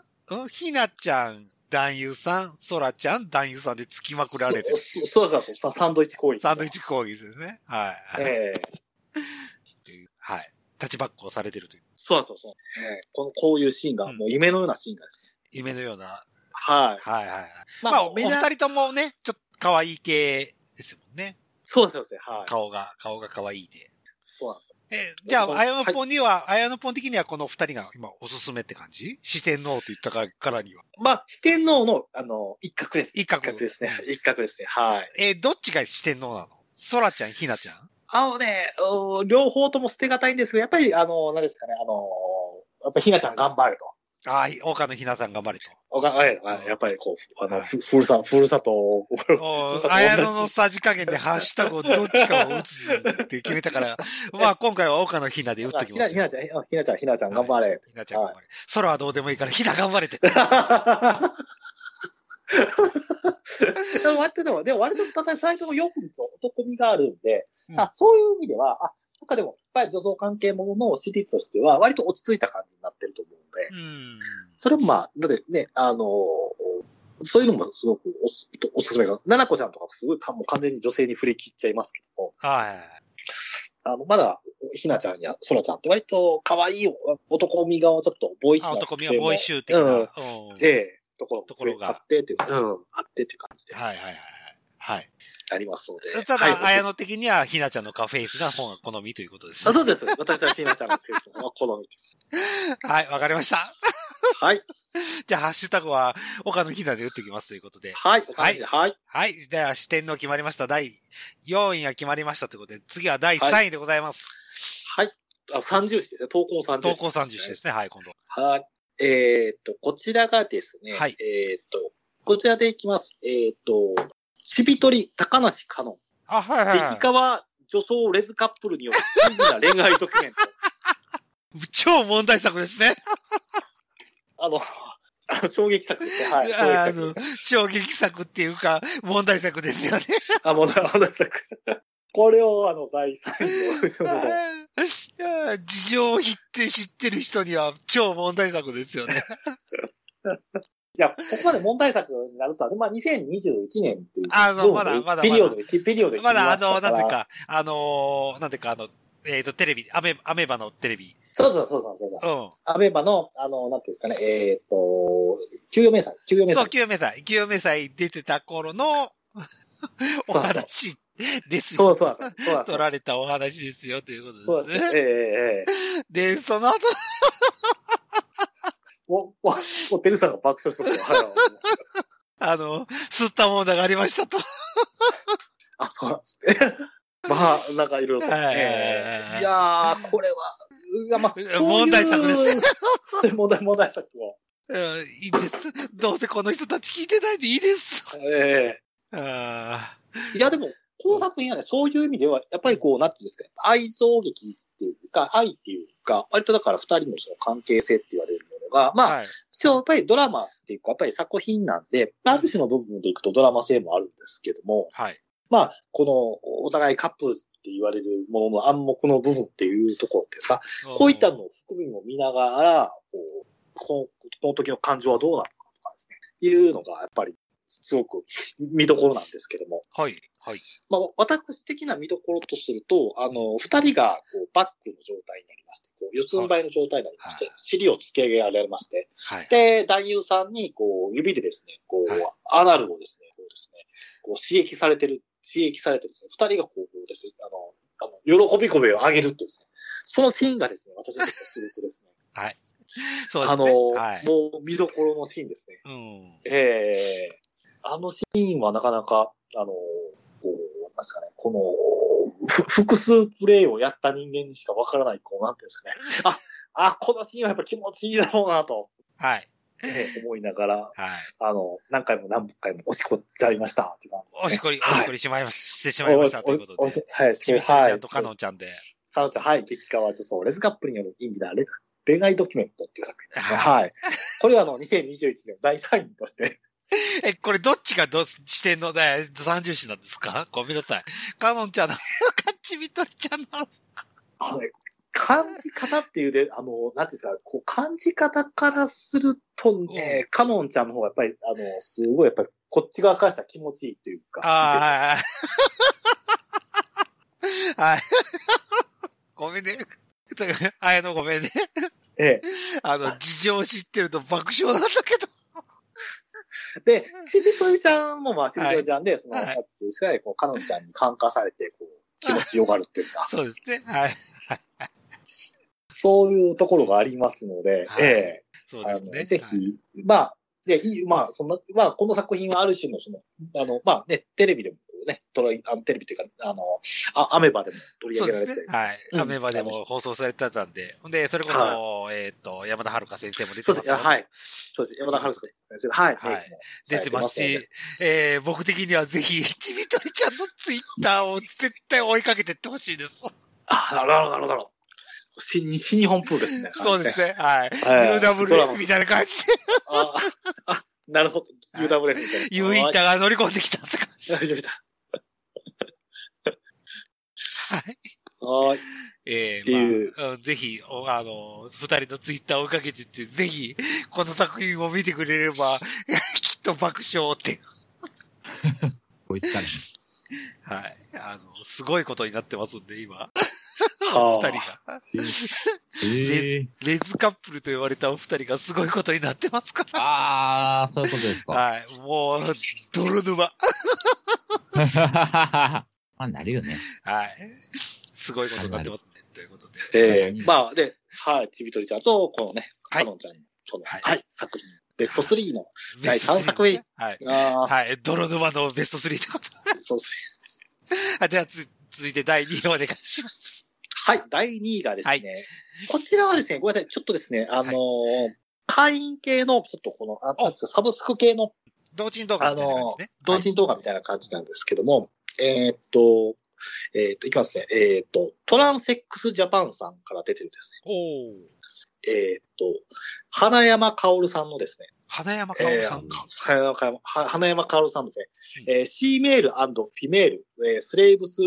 Speaker 1: ひなちゃん、男優さん、ソラちゃん、男優さんでつきまくられてる。
Speaker 3: そそうそうそうさ、サンドイッチ行為。
Speaker 1: サンドイッチ攻撃ですね。はい。
Speaker 3: ええ
Speaker 1: っていうはい。タッチバックをされてるという。
Speaker 3: そうそうそう。ええこの、こういうシーンが、
Speaker 1: うん
Speaker 3: もう夢のようなシーンがですね。
Speaker 1: 夢のような。
Speaker 3: は
Speaker 1: は
Speaker 3: い。
Speaker 1: いはいはい。
Speaker 3: ま
Speaker 1: ま
Speaker 3: あ、
Speaker 1: あ、お
Speaker 3: 目
Speaker 1: 二
Speaker 3: 立
Speaker 1: 人ともね、ちょっと可愛い系ですもんね。
Speaker 3: そうそうそう。はい。
Speaker 1: 顔が、顔が可愛いで。
Speaker 3: そうなんですよ。
Speaker 1: え、じゃ
Speaker 3: こ
Speaker 1: あ、
Speaker 3: の
Speaker 1: あやのぽんには、あやのぽん的にはこの二人が今おすすめって感じ四天王って言ったからからには。
Speaker 3: まあ、四天王の、あの、一角です。
Speaker 1: 一角
Speaker 3: ですね。一角ですね。はい。
Speaker 1: えーどっちが四天王なのソラちゃん、ひなちゃん
Speaker 3: あのね、うー両方とも捨てがたいんですが、やっぱり、あの、何ですかね、あの、やっぱりひなちゃん頑張ると。
Speaker 1: ああ、岡野ひなさん頑張れと。
Speaker 3: おかえやっぱりこう、あ
Speaker 1: は
Speaker 3: の、
Speaker 1: い
Speaker 3: ふ [LAUGHS] ふるさ、ふるさと [LAUGHS] を、
Speaker 1: お
Speaker 3: そうそう
Speaker 1: あやののさじ加減でハッシュタグをどっちかを打つって決めた
Speaker 3: [LAUGHS]
Speaker 1: から、まあ今回は岡野ひなで打っとき
Speaker 3: ひ
Speaker 1: ま
Speaker 3: な
Speaker 1: す。
Speaker 3: ひなちゃん、ひなちゃん、ひなちゃん頑張れ。
Speaker 1: ひなちゃん頑張れ。空はどうでもいいから、ひな頑張れっ
Speaker 3: [LAUGHS]
Speaker 1: て。
Speaker 3: でも割とでも、でも割と二人ともよく男味があるんで、
Speaker 1: うん
Speaker 3: あそういう意味では、あ、なんかでも、いっぱい女装関係もののシリーズとしては、割と落ち着いた感じになってると思うんで、
Speaker 1: うん。
Speaker 3: それもまあ、だってね、あのーそういうのもすごくおすおすすめが、ななこちゃんとかすごいかもう完全に女性に振り切っちゃいますけども、
Speaker 1: はい。
Speaker 3: あの、まだ、ひなちゃんやそらちゃんって割と可愛い男味顔をちょっとボーイッシュ
Speaker 1: あ
Speaker 3: な
Speaker 1: 男見はボーイッシュ的な。
Speaker 3: う
Speaker 1: う
Speaker 3: ん
Speaker 1: ん
Speaker 3: ええところ、
Speaker 1: ところが
Speaker 3: あってっていう、うん、あってっていう感じで
Speaker 1: はいはいはいはい。はい。
Speaker 3: ありますので。
Speaker 1: た
Speaker 3: はい
Speaker 1: だ、綾野的には、ひなちゃんのカフェイスが本が好みということです
Speaker 3: あ。そうです。私はひなちゃんのペースの好みと。
Speaker 1: はい、わかりました。 [LAUGHS]
Speaker 3: はい。
Speaker 1: じゃあ、ハッシュタグは、岡野ひなで打ってきますということで。
Speaker 3: はい。おかげではい。
Speaker 1: はい、では、四天王決まりました。第4位が決まりましたということで、次は第3位でございます。
Speaker 3: はい。あ、三十詞ですね。投稿三十
Speaker 1: 投
Speaker 3: 詞。
Speaker 1: 稿30種ですね。はい、今度。
Speaker 3: はい。えーっと、こちらがですね。
Speaker 1: はい
Speaker 3: えーっと、こちらでいきます。えーっと、ちびとり高梨香音。
Speaker 1: あ、はいは
Speaker 3: 激化は女装レズカップルによる不思議な恋愛ドキュメント。
Speaker 1: 超問題作ですね。 [LAUGHS]
Speaker 3: あの、 [LAUGHS] あの衝撃作ですね。はい。衝撃
Speaker 1: あ
Speaker 3: 作で
Speaker 1: の
Speaker 3: すね。、
Speaker 1: 衝撃作っていうか、問題作ですよね。
Speaker 3: あ、もう、あの、これを、あの、第3位の、
Speaker 1: いやー [LAUGHS] 事情を知って知ってる人には超問題作ですよね。
Speaker 3: いや、ここまで問題作になるとは、でまあ、2021年っていう。
Speaker 1: あそうまだまだ
Speaker 3: ピリオドで、ピリオドで
Speaker 1: [LAUGHS]
Speaker 3: 切
Speaker 1: ま
Speaker 3: り
Speaker 1: だ、あ
Speaker 3: した
Speaker 1: の、
Speaker 3: か
Speaker 1: な
Speaker 3: ら
Speaker 1: んていうか、あのーなんていうか、あの、えっ、と、テレビ、アメ、アメバのテレビ。
Speaker 3: そうそうそうそうそうそう。
Speaker 1: うん。
Speaker 3: アベバの、あの、なんていうんですかね、えーっと、給与明細、給与明
Speaker 1: そう、
Speaker 3: 細。
Speaker 1: 清め祭。清め祭出てた頃のお
Speaker 3: そうそう
Speaker 1: 話です
Speaker 3: そ
Speaker 1: よ。
Speaker 3: うそうそう。そうそ
Speaker 1: 取
Speaker 3: う
Speaker 1: られたお話ですよ、という
Speaker 3: そ
Speaker 1: こ
Speaker 3: う
Speaker 1: と
Speaker 3: で
Speaker 1: ですす
Speaker 3: え
Speaker 1: ね。
Speaker 3: えええええ。
Speaker 1: で、その後、
Speaker 3: お、お、お、てるさんが爆笑してますよ。はい
Speaker 1: あの、吸ったものがありましたと。
Speaker 3: あ、そうなん
Speaker 1: [LAUGHS]
Speaker 3: ですね。まあ、なんかいろいろと。
Speaker 1: はいはいはい
Speaker 3: え
Speaker 1: はい
Speaker 3: えいやー、これは、うわまあ、。
Speaker 1: 問題作です
Speaker 3: 問題、問題作を。
Speaker 1: うん、いいです。 [LAUGHS] どうせこの人たち聞いてないんでいい
Speaker 3: [LAUGHS]
Speaker 1: です。
Speaker 3: え
Speaker 1: あ
Speaker 3: えいや、でも、この作品はね、そういう意味では、やっぱりこう、なんていうんですか、愛憎劇っていうか、愛っていうか、割とだから二人のその関係性って言われるものが、
Speaker 1: ー
Speaker 3: まあ、
Speaker 1: はい。
Speaker 3: 一応やっぱりドラマっていうか、やっぱり作品なんで、ある種の部分でいくとドラマ性もあるんですけども、
Speaker 1: はい。
Speaker 3: まあ、このお互いカップルって言われるものの暗黙の部分っていうところですか、こういったのを含みも見ながら、こうこのこの時の感情はどうなのかとかですね、いうのがやっぱりすごく見どころなんですけども、
Speaker 1: はい。はい。
Speaker 3: まあ、私的な見どころとすると、あの、二人がこうバックの状態になりまして、こう四つん這いの状態になりまして
Speaker 1: は、
Speaker 3: 尻を突き上げられまして、
Speaker 1: はい。
Speaker 3: で、男優さんに、こう、指でですね、こう、
Speaker 1: はい
Speaker 3: アナルをですね、こうですね、こう刺激されてる、刺激されてですね、二人がこうですね、あの、あの喜び声を上げるっていうですね、そのシーンがですね、私にとってはすごくですね、
Speaker 1: [LAUGHS] そうですね。
Speaker 3: あの、
Speaker 1: はい。
Speaker 3: もう見どころのシーンですね。
Speaker 1: うん。
Speaker 3: ええあのシーンはなかなか、あの、こう、なんですかね、この、ふ複数プレイをやった人間にしかわからない、こう、なんていうんですかね、あ、あ、このシーンはやっぱ気持ちいいだろうなと、
Speaker 1: はい。
Speaker 3: ええ思いながら、
Speaker 1: はい。
Speaker 3: あの、何回も何回も押しこっちゃいましたっていう感じです、
Speaker 1: お
Speaker 3: ね。
Speaker 1: しこり、お
Speaker 3: はい
Speaker 1: しこりしまいまし、してしまいましたということ
Speaker 3: おし
Speaker 1: で。
Speaker 3: おしはい、
Speaker 1: ちびちゃんちゃんとかのんちゃんで。
Speaker 3: かのんちゃん、はい、激化は女装、レズカップルによる意味だ、レ恋愛ドキュメントっていう作品ですね。
Speaker 1: は
Speaker 3: はい。これはあの、2021年の第3位として、
Speaker 1: え、これどっちがどうす、視点の、だ三重視なんですかごめんなさい。かのん [LAUGHS] ちゃんなのか、ちびとりちゃんなの
Speaker 3: あのね、感じ方っていうで、あの、なんていうんですか、こう、感じ方からするとね、かのんちゃんの方がやっぱり、あの、すごいやっぱり、こっち側からしたら気持ちいいというか、
Speaker 1: ああ、はいはい。はい。ごめんね。 [LAUGHS] あやのごめんね。
Speaker 3: ええ、
Speaker 1: あの、事情を知ってると爆笑なんだけど。
Speaker 3: で、ちびとりちゃんも、まあ、ちびとりちゃんで、その、
Speaker 1: はい
Speaker 3: なんていうんですかね、こう、かのんちゃんに感化されて、こう、気持ちよがるっていうんですか。
Speaker 1: [LAUGHS] そうですね。はい。
Speaker 3: そういうところがありますので、
Speaker 1: はい
Speaker 3: え
Speaker 1: そ
Speaker 3: え
Speaker 1: う
Speaker 3: あ
Speaker 1: です
Speaker 3: の
Speaker 1: ね。
Speaker 3: ぜ
Speaker 1: はい。
Speaker 3: ひ、まあ、で、いい、まあ、そんな、まあ、この作品はある種の、その、あの、まあね、テレビでもね、トライ、あのテレビというか、あの、あアメバでも取り
Speaker 1: そ
Speaker 3: 上
Speaker 1: う
Speaker 3: げら
Speaker 1: で
Speaker 3: れ
Speaker 1: す
Speaker 3: て、
Speaker 1: ね。はい。
Speaker 3: うん
Speaker 1: アメバでも放送されてたんで。ほんで、それこそ、えっと、山田遥先生も出て
Speaker 3: そう
Speaker 1: ま
Speaker 3: ですす、
Speaker 1: よ。
Speaker 3: はい。そうです、山田春子先生、はい。
Speaker 1: はい
Speaker 3: ね
Speaker 1: 出てます
Speaker 3: されの
Speaker 1: し
Speaker 3: で、
Speaker 1: えー、僕的にはぜひ、ちびとりちゃんのツイッターを絶対追いかけてってほしいです。
Speaker 3: あ、なるほど、なるほどなるほど。新西日本プールですね。
Speaker 1: そうですね。はい。
Speaker 3: はい。ドラ
Speaker 1: UWF
Speaker 3: マ
Speaker 1: みたいな感じ
Speaker 3: あ、あ、なるほど。UWF みたい
Speaker 1: で、
Speaker 3: な。
Speaker 1: ユーインターが乗り込んできたって感じ。
Speaker 3: [LAUGHS] 大丈夫だ。
Speaker 1: はい。
Speaker 3: はい。
Speaker 1: え
Speaker 3: ってい
Speaker 1: ー
Speaker 3: う、
Speaker 1: まあうん、ぜひ、おあの、二人のツイッターを追いかけてって、ぜひ、この作品を見てくれれば、 [LAUGHS] きっと爆笑って。
Speaker 2: こいつから
Speaker 3: [LAUGHS]
Speaker 1: はい。あの、すごいことになってますんで、今。
Speaker 3: は
Speaker 1: お
Speaker 3: あ
Speaker 1: 二人が。
Speaker 2: えー、
Speaker 1: レズカップルと言われたお二人がすごいことになってますから。
Speaker 2: ああ、そういうことですか。
Speaker 1: はい。もう、泥沼。
Speaker 2: [LAUGHS] まあ、なるよね。
Speaker 1: はい。すごいことになってますね。ということで。
Speaker 3: ええ
Speaker 2: うん
Speaker 3: まあ、で、はい、ちびとりちゃんと、このね、
Speaker 1: はい
Speaker 3: かのんちゃんの、その、
Speaker 1: は
Speaker 3: はいい、作品、ベスト3の、
Speaker 1: ベ
Speaker 3: 第
Speaker 1: スト
Speaker 3: 三作目
Speaker 1: 3はい。
Speaker 3: ああ、
Speaker 1: はい。泥沼のベスト3ということで
Speaker 3: ベスト3。
Speaker 1: あ。ではつ、続いて第2位お願いします。
Speaker 3: はい、第2位がですね、
Speaker 1: はい
Speaker 3: こちらはですね、ごめんなさい、ちょっとですね、あのー会員系の、ちょっとこの、あ
Speaker 1: お
Speaker 3: なんつうかサブスク系の
Speaker 1: 同人動画みたいな感じですね。
Speaker 3: 同人動画みたいな感じなんですけども、えーっと、えーっと、いきますね。えーっと、トランセックスジャパンさんから出てるです
Speaker 1: おお。
Speaker 3: ね。えーっと、花山薫さんのですね、
Speaker 1: 花山かお
Speaker 3: えー
Speaker 1: さん。
Speaker 3: 花山かは花山薫さんですね。えー、C メールフィメール、えースレイブス、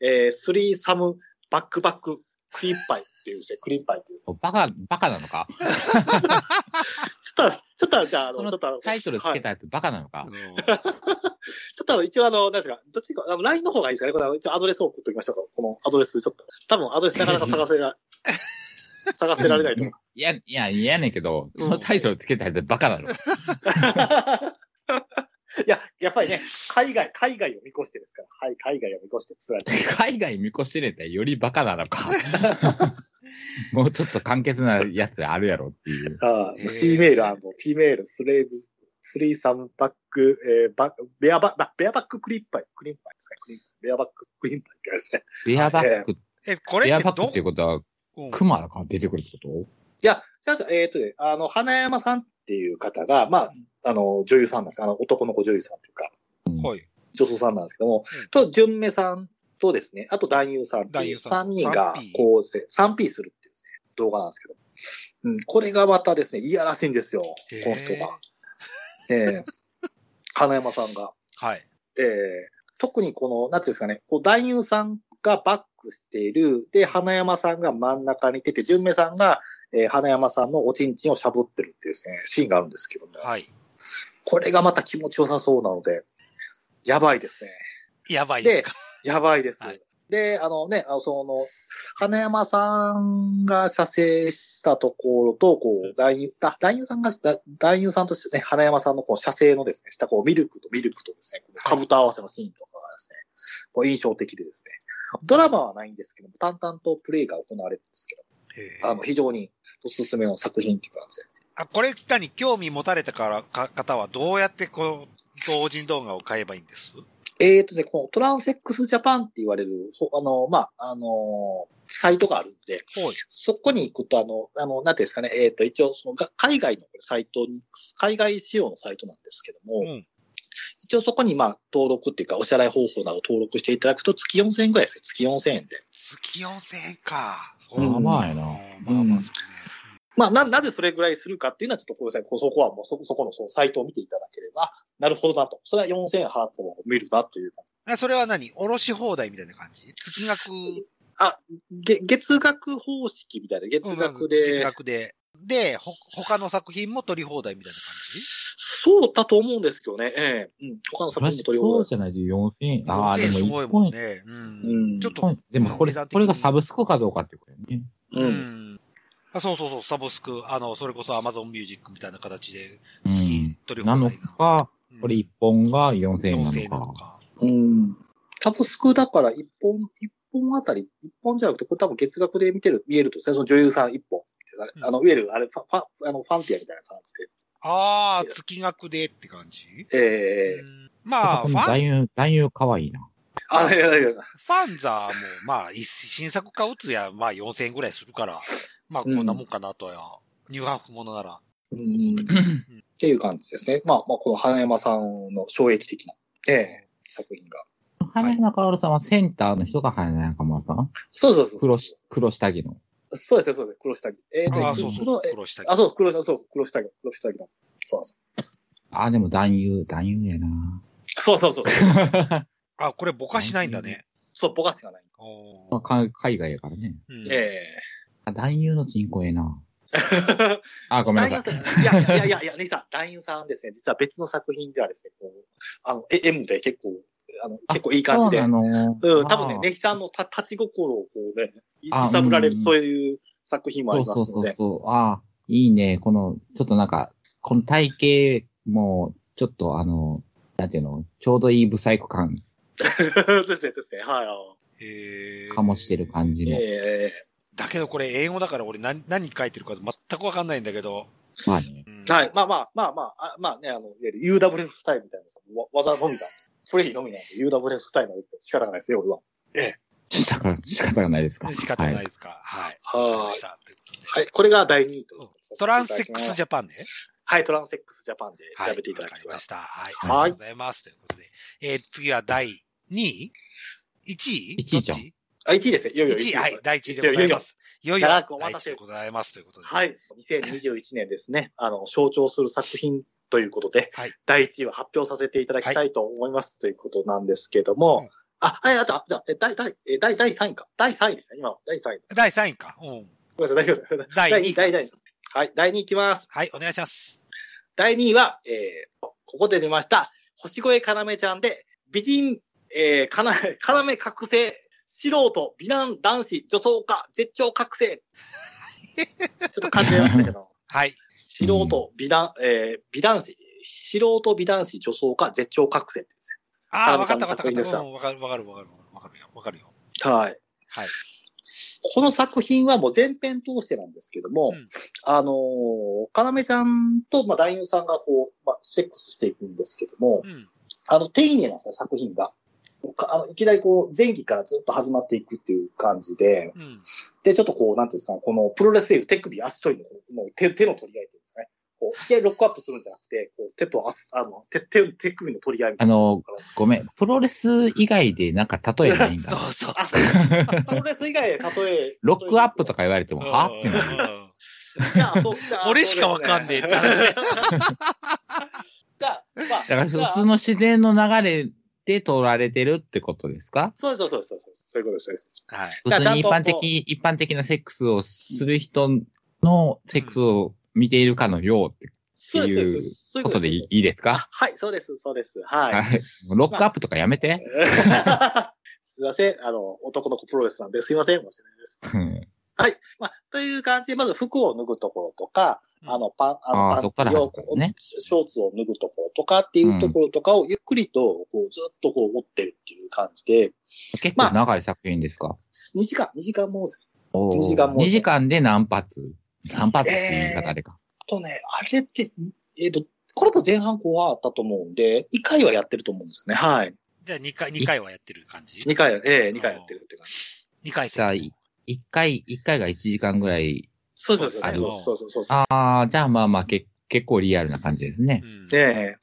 Speaker 3: えースリーサム、バックバック、クリッパイ、っていうですね、クリンパイっていうですね。
Speaker 2: バカ、バカなのか
Speaker 3: ちょっと、ちょっと、じゃあ、あ
Speaker 2: その
Speaker 3: の、ちょっとあの、
Speaker 2: タイトルつ
Speaker 3: は
Speaker 2: け
Speaker 3: い
Speaker 2: たやつバカなのか、
Speaker 3: ちょっとあの一応あの、なんですか、どっちか、あの、LINE の方がいいですかね。これあの一応アドレスを送っときましたか。このアドレス、ちょっと。多分アドレスなかなか探せ
Speaker 2: [LAUGHS]
Speaker 3: ら、探せられないと思う。
Speaker 2: いや、いや、いやねんけど、
Speaker 1: うん
Speaker 2: そのタイトルつけたやつバカなの。
Speaker 1: [LAUGHS]
Speaker 3: いや、やっぱりね、海外、海外を見越してですから。はい、海外を見越してつられて。
Speaker 2: 海外見越してれたらよりバカな
Speaker 1: [LAUGHS]
Speaker 2: のか。もうちょっと簡潔なやつあるやろっていう。
Speaker 3: あ
Speaker 1: へー
Speaker 3: あ、C メールフィメール、スレーブ、スリーサムバック、えー、バック、ベアバック、ベアバッククリンパイ、クリンパイですか、クリンベアバッククリンパイってあれですね。
Speaker 2: ベアバック、
Speaker 1: え、これ
Speaker 2: ベ
Speaker 1: っ
Speaker 2: ア
Speaker 1: て
Speaker 2: バック
Speaker 1: ど
Speaker 2: っていうことは、
Speaker 1: うん
Speaker 2: クマが出てくるってこ
Speaker 3: いや、すいません、えーっ、とね、あの、花山さんっていう方が、まあ、あの、女優さんなんですあの、男の子女優さんというか、
Speaker 1: はい。
Speaker 3: 女装さんなんですけども、
Speaker 1: うん
Speaker 3: と、純明さんとですね、あと男優さんって
Speaker 1: 男
Speaker 3: い
Speaker 1: 優
Speaker 3: う
Speaker 1: さん
Speaker 3: 3人が
Speaker 1: 3P
Speaker 3: 構成、3P するっていうですね、動画なんですけど。うん、これがまたですね、いやらしいんですよ、この人が。え [LAUGHS] え花山さんが。
Speaker 1: はい。
Speaker 3: えー特にこの、なんていうんですかね、こう男優さんがバックしている、で、花山さんが真ん中に出て、純明さんが、えー花山さんのおちんちんをしゃぶってるっていうですね、シーンがあるんですけども、
Speaker 1: はい。
Speaker 3: これがまた気持ちよさそうなので、やばいですね。
Speaker 1: やばい。
Speaker 3: で、やばいです。
Speaker 1: はい
Speaker 3: で、あのね、あのその、花山さんが射精したところと、こう、男優、だ男優さんが、だ男優さんとしてね、花山さんのこう射精のですね、したこう、ミルクとミルクとですね、こう
Speaker 1: はい
Speaker 3: 兜合わせのシーンとかがですね、こう印象的でですね、ドラマはないんですけども、淡々とプレイが行われるんですけ
Speaker 1: へー
Speaker 3: ど、あの、非常におすすめの作品っていう感じで
Speaker 1: あ、これかに興味持たれたから、か、方はどうやってこう、同人動画を買えばいいんです
Speaker 3: えーとね、このトランセックスジャパンって言われる、ほあの、まあ、あの、サイトがあるんで、
Speaker 1: はい。
Speaker 3: そこに行くと、あの、あの、なんていうんですかね、えっ、と、一応、その、が海外のサイトに、海外仕様のサイトなんですけども、
Speaker 1: うん。
Speaker 3: 一応そこに、まあ、登録っていうか、お支払い方法などを登録していただくと、月4000円ぐらいですね。月4000円で。
Speaker 1: 月4000円か。
Speaker 2: と
Speaker 3: うん
Speaker 2: まあまあやな。
Speaker 1: まあまあ、そうね。
Speaker 3: まあ、な、なぜそれぐらいするかっていうのは、ちょっとごめんなさい。こうそこはもう、そこ、そこの、そのサイトを見ていただければ、なるほどなと。それは4000円払っても見るなという。
Speaker 1: あそれは何おろし放題みたいな感じ月額、
Speaker 3: げ、月額方式みたいな、月額で。
Speaker 1: 月額で。で、ほ、他の作品も取り放題みたいな感じ
Speaker 3: そうだと思うんですけどね。ええ。うん。他の
Speaker 2: と
Speaker 3: 作品も取り
Speaker 2: そう
Speaker 3: 放題。
Speaker 2: じゃないと4000円。ああ、
Speaker 1: 4000
Speaker 2: で
Speaker 1: 円
Speaker 2: も
Speaker 1: すごい
Speaker 2: 1
Speaker 1: もん
Speaker 2: 本、
Speaker 1: ね。うん。
Speaker 3: うん
Speaker 1: ちょっ
Speaker 2: 一
Speaker 1: と、
Speaker 2: 本でもこれ、
Speaker 1: 値段的に
Speaker 2: これがサブスクかどうかっていうことやね。
Speaker 1: う
Speaker 3: うん。
Speaker 1: ん。あそうそうそう、サブスク、あの、それこそ Amazon Music みたいな形で、
Speaker 2: う
Speaker 1: 月
Speaker 2: ん。
Speaker 1: 取り放
Speaker 2: な
Speaker 1: 題
Speaker 2: のか、
Speaker 1: うん
Speaker 2: これ1本が4000円な
Speaker 1: 4000円な
Speaker 2: の
Speaker 1: のか。
Speaker 2: か。
Speaker 3: うん。サブスクだから一本、一本あたり、一本じゃなくて、これ多分月額で見てる、見えるとですね、その女優さん一
Speaker 1: う
Speaker 3: 本。
Speaker 1: ん
Speaker 3: あの、いわゆる、あれ、ファ、ファ、あの、ファンティアみたいな感じ
Speaker 1: ああ、月額でって感じ
Speaker 3: で。ええ
Speaker 1: うんまあ、ファン
Speaker 2: 男優、男優かわいいな。
Speaker 3: あ、いやいやいや。
Speaker 1: ファンザーも、まあ、一新作買うつや、まあ4000円ぐらいするから、まあこんなもんかなとや、ニューハーフものなら。
Speaker 3: うん。っていう感じですね。まあ、まあ、この花山さんの衝撃的な、ええ作品が。
Speaker 2: 花山薫さんはセンターの人が花山薫さん
Speaker 3: そうそうそう。
Speaker 2: 黒し、黒下着の。
Speaker 3: そうですね、そうですね。黒下着。ええ
Speaker 1: ああ、
Speaker 2: うん
Speaker 1: そう
Speaker 3: 黒
Speaker 1: そう
Speaker 3: え、
Speaker 1: 苦労したり
Speaker 3: あ、そう、黒下着、そう、黒下着、黒下着の。そうなんです。
Speaker 2: ああ、でも男優、男優やな。
Speaker 3: そうそうそう。
Speaker 1: あ、これぼかしないんだね。
Speaker 3: そう、ぼかしがない。
Speaker 1: お
Speaker 2: まあ
Speaker 1: ー
Speaker 2: か海外やからね。
Speaker 1: うん
Speaker 3: ええ
Speaker 2: あ男優の人口ええな。あ、ごめんなさい。
Speaker 3: 男優さんいやいやいやいや、ネギさん、男優さんですね、実は別の作品ではですね、こう、あの、え M で結構、あの、結構いい感じで。
Speaker 2: あ
Speaker 3: う
Speaker 2: そうなの
Speaker 3: ん、多分ね、
Speaker 2: あー
Speaker 3: ネギさんのた立ち心をこうね、い
Speaker 2: あ
Speaker 3: 揺さぶられる、
Speaker 2: うん
Speaker 3: そういう作品もあります
Speaker 2: そ
Speaker 3: の
Speaker 2: うそうそう
Speaker 3: で。
Speaker 2: そう。ああ、いいね。この、ちょっとなんか、この体型も、ちょっとあの、なんていうの、ちょうどいいブサイク感、
Speaker 3: そう [LAUGHS] ですね、そうですね、は
Speaker 1: へー
Speaker 2: かもしてる感じ
Speaker 3: い。
Speaker 2: の。
Speaker 3: え
Speaker 1: だけどこれ英語だから俺何何書いてるか全くわかんないんだけど。
Speaker 2: まあね。
Speaker 1: うん
Speaker 3: えはい。まあまあ、まあまあ、あまあね、あの、いわゆる UWF スタイルみたいな、わ技のみだ。プレイのみなんで、UWF スタイルなんで仕方がないですよ、俺は。
Speaker 2: だから仕方がないですか。
Speaker 1: 仕方な
Speaker 2: はい
Speaker 1: ですか。はい。わかり
Speaker 3: は
Speaker 1: ま
Speaker 3: い
Speaker 1: し。たということで
Speaker 3: はい、これが第2位と。
Speaker 1: トランスセックスジ
Speaker 3: ャ
Speaker 1: ャパンね。
Speaker 3: はい、トランスセックスジャパンで
Speaker 1: はい。
Speaker 3: 調べていただ
Speaker 1: わか
Speaker 3: き
Speaker 1: り
Speaker 3: ま。
Speaker 1: ますした。はい。あり
Speaker 3: は
Speaker 1: が
Speaker 3: い
Speaker 1: とうございます。ということで。えー、次は第2位 ?1 位
Speaker 2: 一位じゃん
Speaker 1: どっち
Speaker 3: あ、1位ですね。いよいよ
Speaker 1: 1位、はい、第1位
Speaker 3: 一
Speaker 1: でございま
Speaker 3: よ
Speaker 1: す。いよいよ、
Speaker 3: 長くお待たせ
Speaker 1: 第一位でございます。ということで。い。
Speaker 3: はい。2021年ですね。あの、象徴する作品ということで、
Speaker 1: はい
Speaker 3: 第1位を発表させていただきたいと思います、ということなんですけども、あ、はい、あと、あ、だ、え第、第、え第、第3位か。第3位ですね、今の。第3位。
Speaker 1: 第3位か。うん。
Speaker 3: ごめんなさい、大丈夫です。
Speaker 1: 第
Speaker 3: [LAUGHS] 第
Speaker 1: 2
Speaker 3: 2
Speaker 1: 位
Speaker 3: 位、
Speaker 1: か。
Speaker 3: 第2位。はい、第2位いきます。
Speaker 1: はい、お願いします。
Speaker 3: 第2位は、えー、ここで出ました、星越かなめちゃんで、美人、えー、かな、 [LAUGHS] かなめ覚醒、素人、美男、男子、女装家、絶頂
Speaker 1: [LAUGHS]
Speaker 3: 覚醒。ちょっと感じましたけど、
Speaker 1: はい。
Speaker 3: 素人、美男、えー、美男子、素人、美男子、女装家、絶頂覚醒ってです
Speaker 1: ああ、
Speaker 3: 田
Speaker 1: わか
Speaker 3: 中
Speaker 1: ったわかったわ
Speaker 3: の作品で
Speaker 1: かっ。
Speaker 3: したた
Speaker 1: うんわかるわかるわかるわかるよ。わかるよ。
Speaker 3: ね。はい。
Speaker 1: はい。
Speaker 3: この作品はもう全編通してなんですけども、
Speaker 1: うん
Speaker 3: あのー、かなめちゃんと、まあ、男優さんがこう、まあ、セックスしていくんですけども、
Speaker 1: うん。
Speaker 3: あの、丁寧なんですね、作品が。かあのいきなりこう、前期からずっと始まっていくっていう感じで、
Speaker 1: うん。
Speaker 3: で、ちょっとこう、なんていうんですか、このプロレスでいう手首、足取りのこのもう手手の取り合いっていうんですかね。こう、いきなりロックアップするんじゃなくて、こう手と足、あの、手、手手首の取り合いみた
Speaker 2: あ
Speaker 3: いな。
Speaker 2: の、ごめん。プロレス以外でなんか例えないんだ
Speaker 1: そ。うそう。
Speaker 3: あ、そう。プロレス以外で例え。
Speaker 2: ロックアップと
Speaker 3: か。
Speaker 2: か言われても、
Speaker 1: うん
Speaker 2: はってなる。
Speaker 3: じゃあ、そう、じゃあ
Speaker 1: 俺しかわかんねえって話
Speaker 3: そうですねじゃあ、まあ、
Speaker 2: だから、
Speaker 3: じ
Speaker 2: そ
Speaker 3: ゃあ
Speaker 2: その自然の流れで取られてるってことですか
Speaker 3: そうそうそうそうそう、そういうことです。そういうことです
Speaker 1: はい。
Speaker 2: 普通に一
Speaker 3: だから
Speaker 2: 般
Speaker 3: ちゃんとこう
Speaker 2: 的、一般的なセックスをする人のセックスを見ているかのようって
Speaker 3: そうです
Speaker 2: っていう
Speaker 3: そう
Speaker 2: ことでい
Speaker 3: す
Speaker 2: いいですか
Speaker 3: はい、そうです、そうです。はい。
Speaker 2: はい。ロックアップとかやめて。
Speaker 3: [LAUGHS] すいません。あの、男の子プロレスなんで、すいません。申し訳ないです。
Speaker 2: うん
Speaker 3: はい。まあ、という感じで、まず服を脱ぐところとか、
Speaker 1: うん
Speaker 3: あの、パン、
Speaker 2: あ
Speaker 3: あ
Speaker 2: ー
Speaker 3: の、
Speaker 2: そっ
Speaker 3: パ
Speaker 2: か
Speaker 3: ン
Speaker 2: ら
Speaker 3: ツを
Speaker 2: 始まるね
Speaker 3: ショーツを脱ぐところとかっていうところとかを、ゆっくりと、こう、ずっとこう、持ってるっていう感じで、
Speaker 2: 結構長い作品ですか
Speaker 3: 2時間、2時間もずっ
Speaker 2: おー
Speaker 3: 二時間も
Speaker 2: 二時間で何発 ?3 発っていう言い方あれか。
Speaker 3: とね、あれって、えっ、と、これも前半後半あったと思うんで、1回はやってると思うんですよね。はい。
Speaker 1: じゃあ2回、二回はやってる感じ
Speaker 3: 2回、ええ二2回やってるって感じ。
Speaker 1: ?2 回
Speaker 2: じゃ
Speaker 1: 戦
Speaker 2: あ、。1回、一回が1時間ぐらい。
Speaker 3: そうそうそう
Speaker 1: あ
Speaker 3: そう
Speaker 1: の
Speaker 3: そうそうそうそう。
Speaker 2: ああ、じゃあまあまあけ結構リアルな感じですね
Speaker 1: う。ん
Speaker 3: で、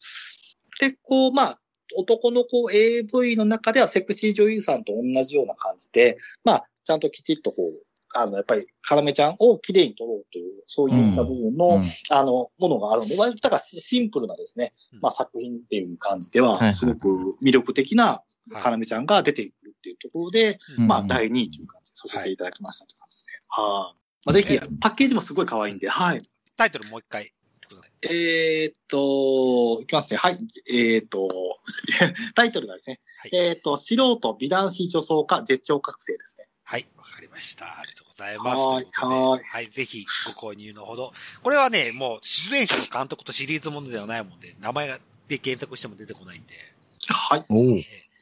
Speaker 3: で、こう、まあ、男の子 AV の中ではセクシー女優さんと同じような感じで、まあ、ちゃんときちっとこう、あの、やっぱり、カラメちゃんをきれいに撮ろうという、そういった部分
Speaker 2: う
Speaker 3: の、
Speaker 2: ん
Speaker 3: あの、ものがあるので、割とだからシシンプルなですね、
Speaker 1: うん
Speaker 3: まあ作品っていう感じで
Speaker 2: いはいは
Speaker 3: は、
Speaker 2: い
Speaker 3: すごく魅力的な
Speaker 1: はい
Speaker 3: カラメちゃんが出てくるっていうところで、
Speaker 1: うん
Speaker 3: まあ
Speaker 2: うん
Speaker 3: 第2位という感じでさせていただきましたという感じですね。はい。まあぜひ
Speaker 1: え、
Speaker 3: パッケージもすごい可愛いんで、はい。
Speaker 1: タイトルもう一回言ってください。
Speaker 3: えーっと、いきますね。はい。えーっと、 [LAUGHS] タイトルがですね。
Speaker 1: はい
Speaker 3: えーっと、素人、美男子女装家、絶頂覚醒ですね。
Speaker 1: はい、わかりました。ありがとうございます。
Speaker 3: はーい
Speaker 1: とうことで
Speaker 3: はーい
Speaker 1: はい、ぜひご購入のほど。これはね、もう出演者の監督とシリーズものではないもんで、名前で検索しても出てこないんで、
Speaker 3: はい。
Speaker 2: おお。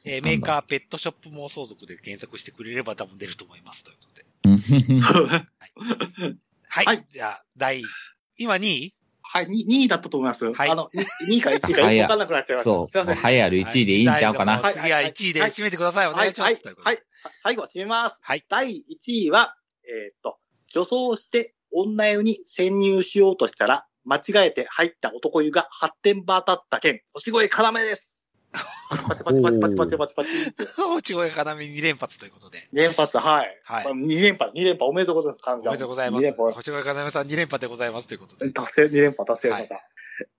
Speaker 1: えーメーカーペットショップ妄想族で検索してくれれば多分出ると思います。ということで。
Speaker 3: そう
Speaker 1: はい。
Speaker 3: はい
Speaker 1: じゃあ、第、今2位
Speaker 3: はい。2位だったと思います。
Speaker 1: はい
Speaker 3: あの、2位か1位かよくわかんなくなっちゃいました。
Speaker 2: そう。
Speaker 3: すいません。
Speaker 2: 流行る1位でいいんちゃうかな。
Speaker 1: はい次は1位で
Speaker 3: はい
Speaker 1: 締めてください。お
Speaker 3: は
Speaker 1: 願
Speaker 3: い
Speaker 1: いします。と
Speaker 3: は
Speaker 1: う
Speaker 3: い
Speaker 1: こ。と
Speaker 3: は
Speaker 1: で
Speaker 3: い。
Speaker 1: [LAUGHS]
Speaker 3: さ最後は締めます。
Speaker 1: はい
Speaker 3: 第1位は、えーっと、女装して女湯に潜入しようとしたら、間違えて入った男湯が発展バーたった件、星越要です。パチパチパチパチパチパチパチパチって。
Speaker 1: 落ち声要2連発ということで。
Speaker 3: 連発、はい。
Speaker 1: はい
Speaker 3: まあ二連覇、二連覇おめでとうございます、
Speaker 1: お
Speaker 3: 感
Speaker 1: めでとうございま
Speaker 3: 二
Speaker 1: す。
Speaker 3: 連覇、
Speaker 1: 星越かなめさん2連覇でございますということで。
Speaker 3: 達成、二連覇達成しました。い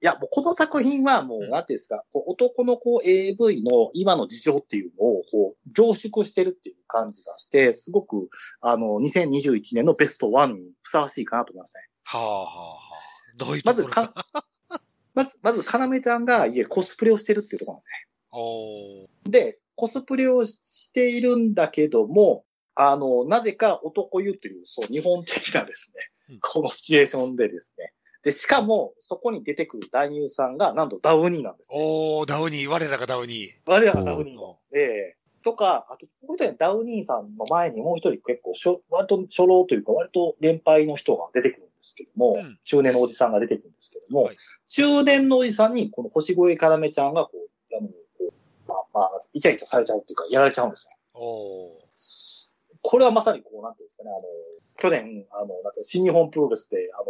Speaker 3: や、もうこの作品はもう、
Speaker 1: うん
Speaker 3: なんていうんですか、こう男の子 AV の今の事情っていうのを、こう、凝縮してるっていう感じがして、すごく、あの、2021年のベストワンにふさわしいかなと思いますね。
Speaker 1: はあはあはあ。どういう
Speaker 3: ま
Speaker 1: ところ
Speaker 3: ず、
Speaker 1: か。 [LAUGHS]
Speaker 3: か、まず、まず、かなめちゃんが家コスプレをしてるっていうところなんですね。
Speaker 1: おー
Speaker 3: で、コスプレをしているんだけども、あの、なぜか男湯という、そう、日本的なです
Speaker 1: う
Speaker 3: ね
Speaker 1: ん、
Speaker 3: このシチュエーションでですね。で、しかも、そこに出てくる男優さんが、なんとダウニーなんです、ね。
Speaker 1: おー、ダウニー、我らがダウニー。
Speaker 3: 我らが
Speaker 2: お
Speaker 3: ダウニーの。ええとか、あと、もう一人ダウニーさんの前にもう一人結構しょ、割と初老というか、割と年配の人が出てくるんですけども、
Speaker 1: うん
Speaker 3: 中年のおじさんが出てくるんですけども、
Speaker 1: はい
Speaker 3: 中年のおじさんに、この星越からめちゃんが、こう、あの、こうまあ、まあ、イチャイチャされちゃうっていうか、やられちゃうんですよ
Speaker 1: おー。
Speaker 3: これはまさにこう、なんていうんですかね、あの、去年、あの、なんていうの新日本プロレスで、あの、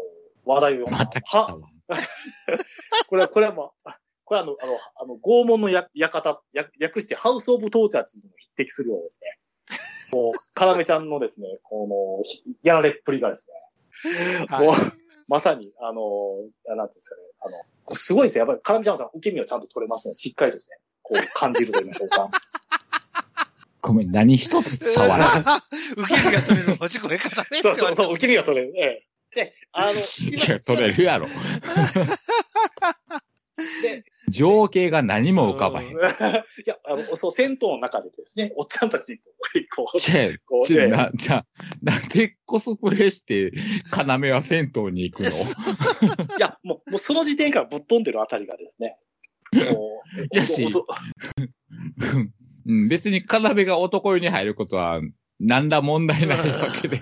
Speaker 3: 話題を呼んだ。
Speaker 2: また来た
Speaker 3: は、
Speaker 2: わ。
Speaker 3: これは、これはもう、あこれはあの、あの、あの拷問のや館、や訳してハウスオブトーチャーズにも匹敵するようなですね。もう、カラメちゃんのですね、 [LAUGHS] この、ひやられっぷりがですね、
Speaker 1: はい
Speaker 3: もう、まさに、あの、あなんていうんですかね、あの、すごいですね。やっぱり、カラメちゃんさん、受け身をちゃんと取れますね。しっかりとですね、こう、感じると言いましょうか。
Speaker 2: ごめん、何一つ伝わらん。
Speaker 1: [LAUGHS] 受け身が取れる文字声からねって
Speaker 3: そう
Speaker 1: 言わ
Speaker 3: そう
Speaker 1: れた
Speaker 3: そう、受け身が取れる。ええ。で、あの、
Speaker 2: いや、取れるやろ。
Speaker 3: で、
Speaker 2: 情景が何も浮かばへん。
Speaker 3: [LAUGHS] いや、あの、そう、銭湯の中でですね、おっちゃんたちにこう、
Speaker 2: [LAUGHS]
Speaker 3: こう、
Speaker 2: じゃあ
Speaker 3: こう
Speaker 2: ちょ
Speaker 3: ええ
Speaker 2: な、じゃあ、なんでコスプレして、要は銭湯に行
Speaker 3: [LAUGHS]
Speaker 2: くの
Speaker 3: いや、もう、もうその時点からぶっ飛んでるあたりがですね。もう、
Speaker 2: やし
Speaker 3: おと
Speaker 2: うん別に要が男湯に入ることは、何ら問題ないわけ
Speaker 3: [LAUGHS]
Speaker 2: で。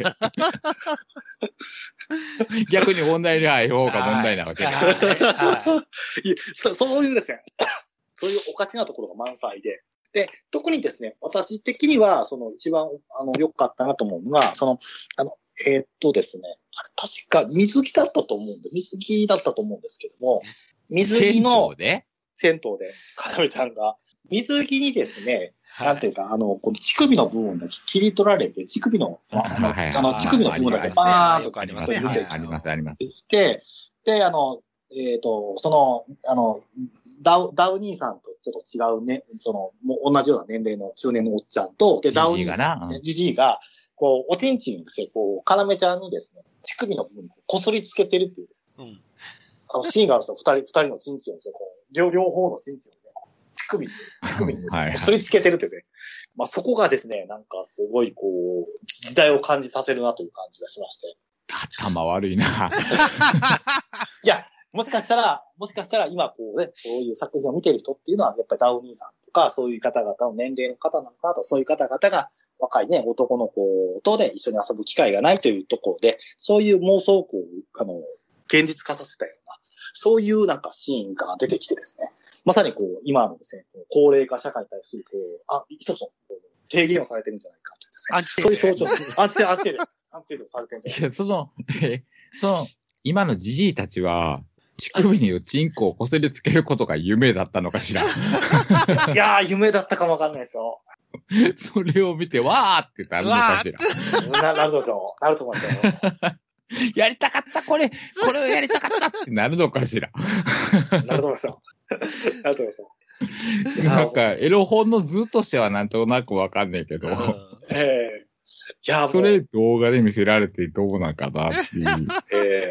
Speaker 2: 逆に問題に入る方が問題なわけで。
Speaker 1: はいはい
Speaker 3: [LAUGHS] いやそそういうですね、 [LAUGHS] そういうおかしなところが満載で。で、特にですね、私的には、その一番、あの、良かったなと思うのが、その、あの、えーっとですね、あれ確か水着だったと思うんで、水着だったと思うんですけども、水着
Speaker 2: 銭
Speaker 3: の
Speaker 2: 湯で
Speaker 3: 銭湯で、かなめちゃんが、水着にですね、
Speaker 1: は
Speaker 3: なんていうんですか、あの、この乳首の部分だけ切り取られて、乳首の、あの
Speaker 2: はいはい
Speaker 3: あの、乳首の部分だけバーンと
Speaker 1: よくあります
Speaker 2: あ
Speaker 1: ね。
Speaker 2: りま
Speaker 1: は
Speaker 2: す
Speaker 1: い
Speaker 2: あります、あります。
Speaker 3: ってきて、で、あの、えっ、と、その、あの、ダウ、ダウ兄さんとちょっと違うね、その、もう同じような年齢の中年のおっちゃんと、で、
Speaker 2: ジジイがな
Speaker 3: ダウ兄さんですね、じじいが、こう、おちんちんをですね、こう、カラメちゃんにですね、乳首の部分にこすりつけてるっていうですね、
Speaker 1: うん
Speaker 3: あの、シーンがあるんですよ、二人、二人のちんちんをですね、こう、両、両方のちんちんをね、こう乳首に、乳首にです
Speaker 2: はい
Speaker 3: ね、
Speaker 2: はい
Speaker 3: こすりつけてるっていうですね、まあ、そこがですね、なんかすごい、こう、時代を感じさせるなという感じがしまして、
Speaker 2: 頭悪いな。
Speaker 3: いや、もしかしたら、もしかしたら今こうね、こういう作品を見てる人っていうのは、やっぱりダウニーさんとか、そういう方々の年齢の方なのかなと、そういう方々が若いね、男の子とね、一緒に遊ぶ機会がないというところで、そういう妄想をこう、あの、現実化させたような、そういうなんかシーンが出てきてですね、まさにこう、今のですね、こう高齢化社会に対する、こう、あ、一つの、こう提言をされてるんじゃないかというですね。
Speaker 1: アンチテ
Speaker 3: そういう
Speaker 1: ーゼ
Speaker 3: 象徴、安静、安静です。安静です。されてるんじゃない
Speaker 2: いや、その、え、その、今のじじいたちは、乳首にチンコをこすりつけることが夢だったのかしら。
Speaker 3: か。いやー、夢だったかもわかんないですよ。
Speaker 2: それを見て、わーってなるのかしら。
Speaker 3: ななるでしょう。なると思いますよ。
Speaker 2: やりたかった、これ、これをやりたかったってなるのかしら。
Speaker 3: なると思いますよ。なると思いますよ。
Speaker 2: なんか、エロ本の図としてはなんとなくわかんないけど、
Speaker 1: うん
Speaker 3: ええいや、もう
Speaker 2: それ、動画で見せられてどうなんかなっていう。
Speaker 3: ええ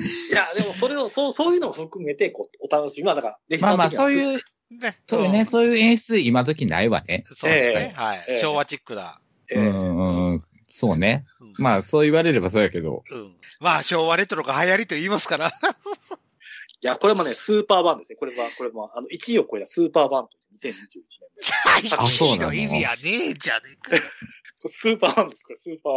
Speaker 3: いや、でもそれを、そう、そういうのを含めて、こう、お楽しみ。まあ、だから、歴史
Speaker 2: まあまあ、そう
Speaker 3: う。
Speaker 2: いう、
Speaker 1: ね。
Speaker 2: そういう
Speaker 3: う
Speaker 2: ね、
Speaker 3: ん
Speaker 2: そういう演出今時ないわね。
Speaker 1: そうですね
Speaker 3: え。
Speaker 1: はい
Speaker 3: ええ。
Speaker 1: 昭和チックだ。
Speaker 3: え
Speaker 2: う
Speaker 3: え
Speaker 2: んうんうん。そうね。
Speaker 1: うん
Speaker 2: まあ、そう言われればそうやけど。
Speaker 1: うん。まあ、昭和レトロが流行りと言いますから。
Speaker 3: いや、これもね、スーパーバンですね。これは、これも、あの、1位を超えたスーパーバンと2021年で。
Speaker 2: あそう
Speaker 1: 1位
Speaker 2: なの
Speaker 1: の意味はねえじゃねえか。
Speaker 3: スーパーバンです、これ、スーパー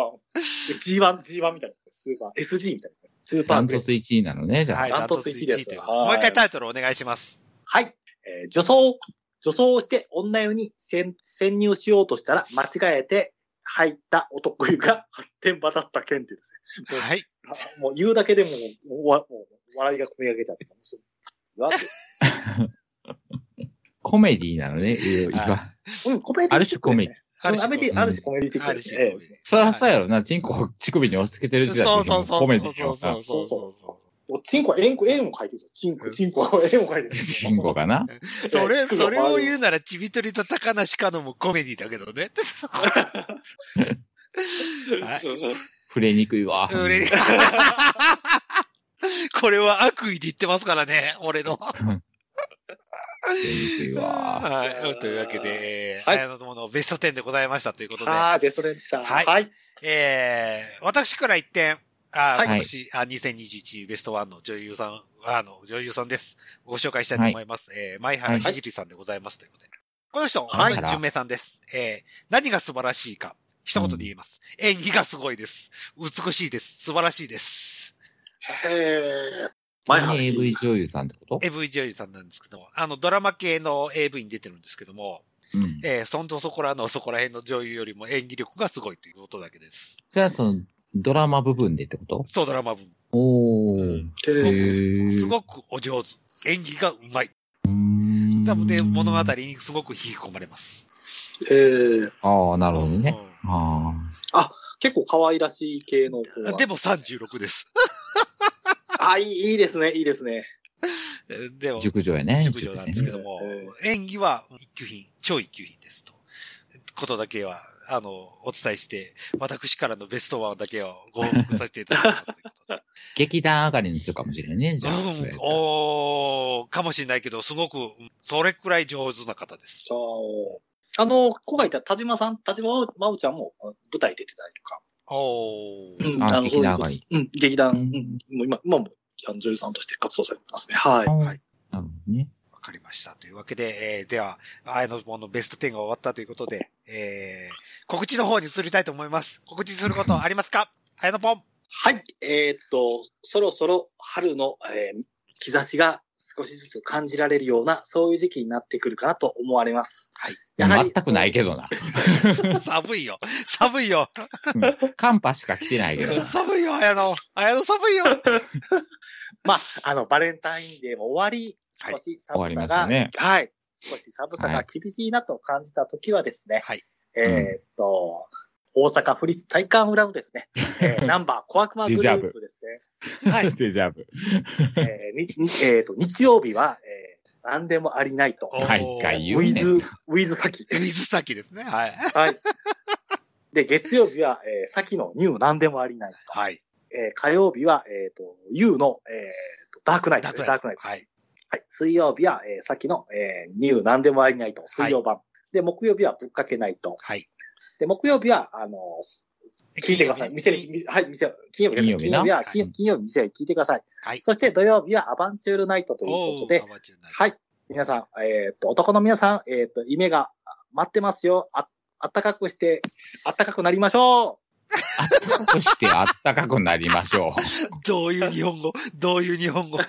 Speaker 3: バン。G1、G1 みたいな。スーパー、SG みたいな。スーパ
Speaker 2: ダ
Speaker 3: ー
Speaker 2: ン
Speaker 3: グレ
Speaker 2: ト
Speaker 3: ード
Speaker 2: ツ1位なのね、じゃあ。
Speaker 1: はい、
Speaker 3: ダ
Speaker 1: ダ
Speaker 3: ン
Speaker 1: ン
Speaker 3: ト
Speaker 1: ト
Speaker 3: ツ
Speaker 1: ツ
Speaker 3: 1
Speaker 1: 1
Speaker 3: 位
Speaker 1: 位
Speaker 3: と
Speaker 1: と
Speaker 3: い
Speaker 1: いうう
Speaker 3: ことで
Speaker 1: もう一回タイトルお願いします。
Speaker 3: はい。えー女装、女装をして女湯に潜潜入しようとしたら間違えて入った男湯が [LAUGHS] 発展場だった件っていうですね。もう
Speaker 1: はい。
Speaker 3: あもう言うだけでももうわもう笑いが込み上げちゃって。もうそう言わず
Speaker 2: コメディなのね、いわ
Speaker 1: はい
Speaker 3: うん、コメディ
Speaker 2: ある種コメディ
Speaker 3: ィ。ある種
Speaker 2: うん
Speaker 3: ある種コメディ的
Speaker 1: ある
Speaker 3: です
Speaker 1: し
Speaker 3: ね。ええ
Speaker 2: そらそうやろな、チンコを乳首に押し付けてる
Speaker 1: そう
Speaker 2: ってやつ
Speaker 1: そう
Speaker 2: だけど
Speaker 1: そうそう
Speaker 2: コメデ
Speaker 1: そ
Speaker 2: ィ
Speaker 1: う
Speaker 2: だよ
Speaker 1: そ
Speaker 2: な
Speaker 1: う。そうそ
Speaker 3: もうチンコは円、円を書いてるんですよ。チンコ、チンコ、円を書いてるんですよ。
Speaker 2: チンコかな
Speaker 1: う。それ、それを言
Speaker 3: う。
Speaker 1: うなら、ちびとりと高梨かのもコメディだけどね。はい
Speaker 3: うんうん
Speaker 2: 触れにくい
Speaker 1: [LAUGHS]
Speaker 2: わ。
Speaker 1: うれこれは悪意で言ってますからね、俺の。
Speaker 2: 触れにく
Speaker 1: [LAUGHS]
Speaker 2: いわ。
Speaker 1: はい。というわけで、えー、
Speaker 3: はい
Speaker 1: 綾野友のベスト10でございましたということで、
Speaker 3: ああ、ベストレンジさん。
Speaker 1: はい
Speaker 3: はい。
Speaker 1: えー、私から一点、あー、
Speaker 3: はい
Speaker 1: 今年あ、2021ベストワンの女優さん、あの、女優さんです。ご紹介したいと思います。えー、前原ひじりさんでございますということで。この人、
Speaker 2: はい
Speaker 1: 本当に純明さんです。えー、何が素晴らしいか、一言で言います。演技がすごいです。美しいです。素晴らしいです。
Speaker 3: へえ。前原
Speaker 2: AV 女優さんってこと
Speaker 1: AV 女優さんなんですけども、あの、ドラマ系の AV に出てるんですけども、
Speaker 2: うん。
Speaker 1: えー、そんとそこらのそこら辺の女優よりも演技力がすごいということだけです。
Speaker 2: じゃあ、その、ドラマ部分でってこと
Speaker 1: そう、ドラマ部分。
Speaker 2: お
Speaker 1: う
Speaker 2: ー
Speaker 1: ん。
Speaker 3: へ
Speaker 1: すごくす
Speaker 2: ー
Speaker 1: ごくお上手。演技がうまい。
Speaker 2: うーん
Speaker 1: 多分ね、物語にすごく引き込まれます。
Speaker 3: ええ。
Speaker 2: ああ、な
Speaker 1: な
Speaker 2: るほどね。。あ
Speaker 3: 結構可愛らしい系の子は。
Speaker 1: でも36です。 [LAUGHS]
Speaker 3: あ、いい、いいですね、いいですね。
Speaker 1: えーで
Speaker 2: あ、
Speaker 1: も、
Speaker 2: 熟女やね。
Speaker 1: 熟女なんですけども
Speaker 3: え
Speaker 1: 演技は一級品、超一級品ですと。ことだけは、あの、お伝えして、私からのベストワンだけはご報告させていただきますということで。
Speaker 2: 劇団上がりの人かもしれない [LAUGHS] ね、じゃあ。そうや
Speaker 1: うん
Speaker 2: っ、たら
Speaker 1: おーかもしれないけど、すごく、うんそれくらい上手な方です。
Speaker 3: そう。あの、今回いた田島さん、田島真央ちゃんもあの舞台出てたりとか。
Speaker 1: おー
Speaker 3: うん
Speaker 2: あ
Speaker 3: の
Speaker 2: 劇団上がり
Speaker 3: そういうことですうん、劇団、
Speaker 2: う
Speaker 3: うんん、もう今、今もあの女優さんとして活動されてますね。はい。
Speaker 1: はい
Speaker 2: なるほどね。
Speaker 1: わかりました。というわけで、えーでは、あのものベスト10が終わったということで、えー、告知の方に移りたいと思います。告知することあります
Speaker 3: [LAUGHS]
Speaker 1: かあやのぽん。
Speaker 3: はい。えーっと、そろそろ春の、えー兆しが少しずつ感じられるような、そういう時期になってくるかなと思われます。
Speaker 1: はい。
Speaker 3: やはり、
Speaker 2: 全くないけどな。
Speaker 1: 寒いよ。寒いよ。
Speaker 2: 寒波しか来てないけ
Speaker 1: [LAUGHS]
Speaker 2: ど。
Speaker 1: 寒いよ、あやの。あやの寒いよ。
Speaker 3: まあ、あの、バレンタインデーも終わり、
Speaker 1: はい
Speaker 3: 少し寒さ
Speaker 2: 終わり
Speaker 3: が、
Speaker 2: ましたね
Speaker 3: はい。少し寒さ
Speaker 2: は
Speaker 3: が
Speaker 2: い
Speaker 3: 厳しいなと感じたときはですね、
Speaker 1: はい
Speaker 3: えーっと、大阪府立体感裏のですね、え
Speaker 2: [LAUGHS]
Speaker 3: ーナンバー小悪魔グループですね。はい。
Speaker 2: デジャブ。
Speaker 3: えーににえーっと、日曜日は、えー何でもありないと。
Speaker 1: お
Speaker 2: 毎回言
Speaker 3: ウ
Speaker 2: うね。
Speaker 3: ィズ、ウィズ先。
Speaker 1: 水先ですね。はい。
Speaker 3: はい。で、月曜日は、えー、先のニュー何でもありない。
Speaker 1: はい。
Speaker 3: えー、火曜日は、えっ、と、ユーの、えー、と、ダークナイト、
Speaker 1: ダークナイト
Speaker 3: ダークナイト。
Speaker 1: はい。
Speaker 3: はい。水曜日は、えー、先の、えー、ニュー何でもありないと、水曜版。で、木曜日はぶっかけないと。
Speaker 1: はい。
Speaker 3: で、木曜日は、あのー聞いてください。店に、店はい、店、金曜日です。
Speaker 2: 金曜
Speaker 3: 金曜
Speaker 2: 日
Speaker 3: 日
Speaker 2: な
Speaker 3: は、
Speaker 1: い
Speaker 3: 金金曜日、店に聞いてください。
Speaker 1: はい
Speaker 3: そして土曜日はアバンチュールナイトということで
Speaker 1: おー、カバチューナイト
Speaker 3: はい。皆さん、えっ、と、男の皆さん、えっ、と、夢が待ってますよ。あ、あったかくして、あったかくなりましょ
Speaker 2: あったかくしてあったかくなりましょ
Speaker 1: どういう日本語どういう日本語
Speaker 3: う。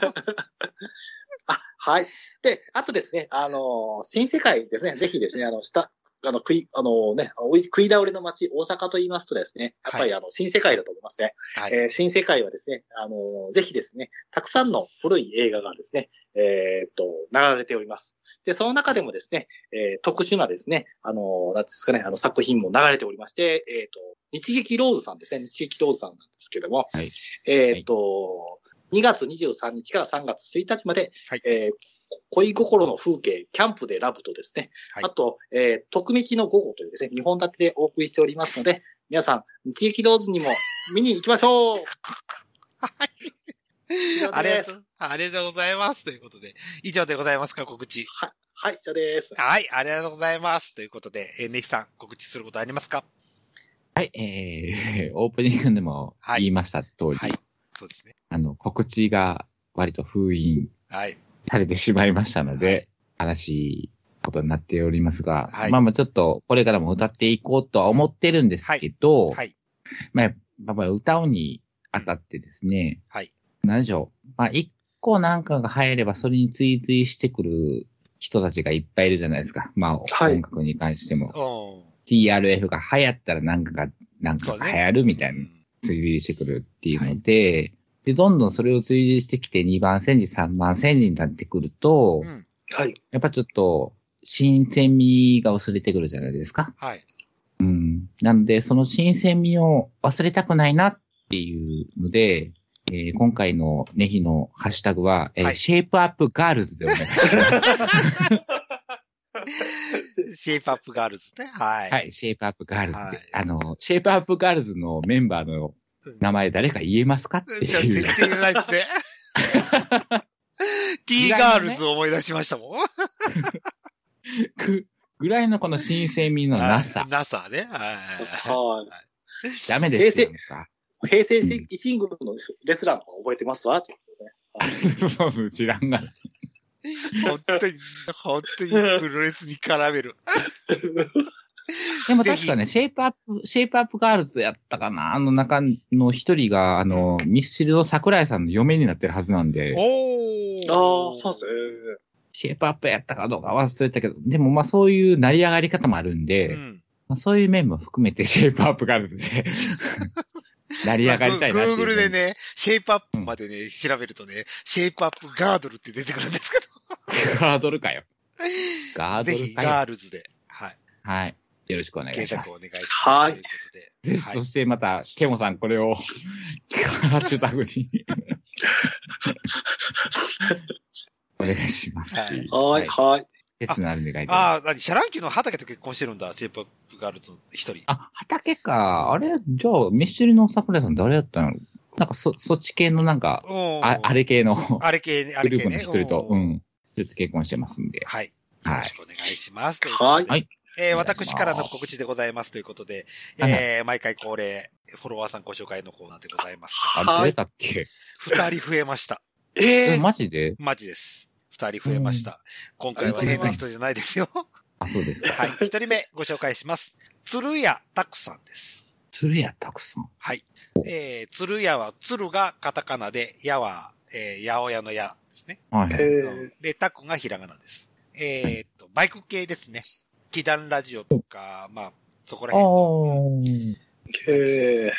Speaker 3: あ、はい。で、あとですね、あのー新世界ですね、ぜひですね、あの、下、あの、食い、あのーね、おい食い倒れの街、大阪と言いますとですね、やっぱ
Speaker 1: はい
Speaker 3: りあの、新世界だと思いますね。
Speaker 1: はい
Speaker 3: えー新世界はですね、あのーぜひですね、たくさんの古い映画がですね、えーっと、流れております。で、その中でもですね、えー特殊なですね、あのー、なんていうんですかね、あの、作品も流れておりまして、えーっと、日劇ローズさんですね、日劇ローズさんなんですけども、
Speaker 2: はい
Speaker 3: えーっと、2月23日から3月1日まで、
Speaker 1: はい
Speaker 3: えーこ恋心の風景、キャンプでラブとですね、
Speaker 1: はい
Speaker 3: あと、えー、特きの午後というですね、2本立てでお送りしておりますので、皆さん、日劇ローズにも見に行きましょう
Speaker 1: ありがとう。ありがとうございます。ということで、以上でございますか、告知。
Speaker 3: はい、以上です。
Speaker 1: はい、ありがとうございます。ということで、えーネヒさん、告知することありますか
Speaker 2: う。 [LAUGHS] はい、えー、オープニングでも言いました通り、
Speaker 1: はい。そうですね。
Speaker 2: あの、告知が割と封印
Speaker 1: はい。
Speaker 2: されてしまいましたので、悲しいことになっておりますが、
Speaker 1: はい
Speaker 2: まあまあちょっとこれからも歌っていこうとは思ってるんですけど、
Speaker 1: はい。
Speaker 2: まあ、まあまあ歌うにあたってですね、
Speaker 1: はい。
Speaker 2: 何でしょう。まあ一個なんかが入ればそれに追随してくる人たちがいっぱいいるじゃないですか。まあ
Speaker 3: はい
Speaker 2: 音楽に関しても。
Speaker 1: お
Speaker 2: TRF が流行ったらなんかが、なんかが流行るみたいな、追随してくるっていうので、で、どんどんそれを追随してきて2番線時、3番線時になってくると、
Speaker 1: うん。
Speaker 3: はい。
Speaker 2: やっぱちょっと、新鮮味が薄れてくるじゃないですか。
Speaker 1: はい。
Speaker 2: うん。なので、その新鮮味を忘れたくないなっていうので、えー今回のネヒのハッシュタグは、えー
Speaker 1: はい
Speaker 2: シェイプアップガールズでお願いします。
Speaker 1: シェイプアップガールズね。はい。
Speaker 2: はい、シェイプアップガールズで、
Speaker 1: はい
Speaker 2: あの、シェイプアップガールズのメンバーの名前誰か言えますかって
Speaker 1: じゃあ全
Speaker 2: いう。
Speaker 1: 然言えないですね。T ガールズを思い出しましたもん。
Speaker 2: ぐぐらいのこの新鮮味のなさ
Speaker 1: はい。NASA ね。はい。
Speaker 3: は
Speaker 2: ダメですよ。
Speaker 3: い。平成維新軍のレスラーの方覚えてますわ、ということです
Speaker 2: [LAUGHS]
Speaker 3: ね。
Speaker 2: そう、知らんがな。
Speaker 1: 本当に、本当にプロレスに絡める。
Speaker 2: でも
Speaker 1: ぜひ
Speaker 2: 確かね、シェイプアップ、シェイプアップガールズやったかなあの中の一人が、あの、ミスチルの桜井さんの嫁になってるはずなんで、
Speaker 1: おー。
Speaker 3: ああ、そうですね。
Speaker 2: シェイプアップやったかどうか忘れたけど、でもまあそういう成り上がり方もあるんで、
Speaker 1: うん。
Speaker 2: まあ、そういう面も含めて [LAUGHS] シェイプアップガ
Speaker 1: [LAUGHS]
Speaker 2: ールズで、成り上がりたいなっていう。
Speaker 1: Google で。ね、シェイプアップまでね、調べるとね、シェイプアップガードルって出てくるんですけ
Speaker 2: ガードルかよ。ガ
Speaker 1: ど、
Speaker 2: ード
Speaker 1: ぜ
Speaker 2: ル
Speaker 1: ひ
Speaker 2: かよ
Speaker 1: ガ。ールズで、はい。
Speaker 2: はい。よろしくお願いし
Speaker 1: 検
Speaker 2: ます
Speaker 1: 索。お願いします。
Speaker 3: はい
Speaker 1: ということ
Speaker 2: で
Speaker 1: で。はい
Speaker 2: そ。してまた、ケモさんこれを、ハッシュタグに、
Speaker 1: [LAUGHS]
Speaker 2: お願いします。
Speaker 1: はい
Speaker 3: はい、はい。
Speaker 2: 切なる願いで。
Speaker 1: ああ、何シャランキューの畑と結婚してるんだ、セープアップガールズの一人。
Speaker 2: あ、畑か。あれじゃあ、ミステリの桜井さん誰だったのなんか、そ、そっち系のなんか、
Speaker 1: うん
Speaker 2: ああれ系の
Speaker 1: あれ系ね、あ
Speaker 2: グ
Speaker 1: れ系
Speaker 2: ループの
Speaker 1: ね。
Speaker 2: 一人と、
Speaker 1: う
Speaker 2: うんん。ちょっと結婚してますんで。
Speaker 1: はい。
Speaker 2: はい
Speaker 1: よろしくお願いします。
Speaker 3: はい
Speaker 2: はい。
Speaker 1: えー
Speaker 2: お願いします
Speaker 1: 私からの告知でございますということで、
Speaker 2: はい
Speaker 1: えー毎回恒例、フォロワーさんご紹介のコーナーでございます。
Speaker 2: あ
Speaker 3: はい
Speaker 2: れ、出たっけ
Speaker 1: 二人増えました。
Speaker 3: え
Speaker 2: え、
Speaker 3: え
Speaker 2: マジで
Speaker 1: マジです。二人増えました。今回は変な人じゃないですよ。
Speaker 2: あ、そうですか。
Speaker 1: はい。一人目ご紹介します。鶴屋拓さんです。
Speaker 2: 鶴屋拓さん。
Speaker 1: えー、鶴屋は鶴がカタカナで、矢は、えー、八百屋の矢ですね。
Speaker 2: はい。
Speaker 3: ええ
Speaker 1: で、タクがひらがなです。えーっと、バイク系ですね。祈願ラジオとか、まあ、そこら
Speaker 2: ああ
Speaker 1: 辺
Speaker 2: ー。
Speaker 3: ええ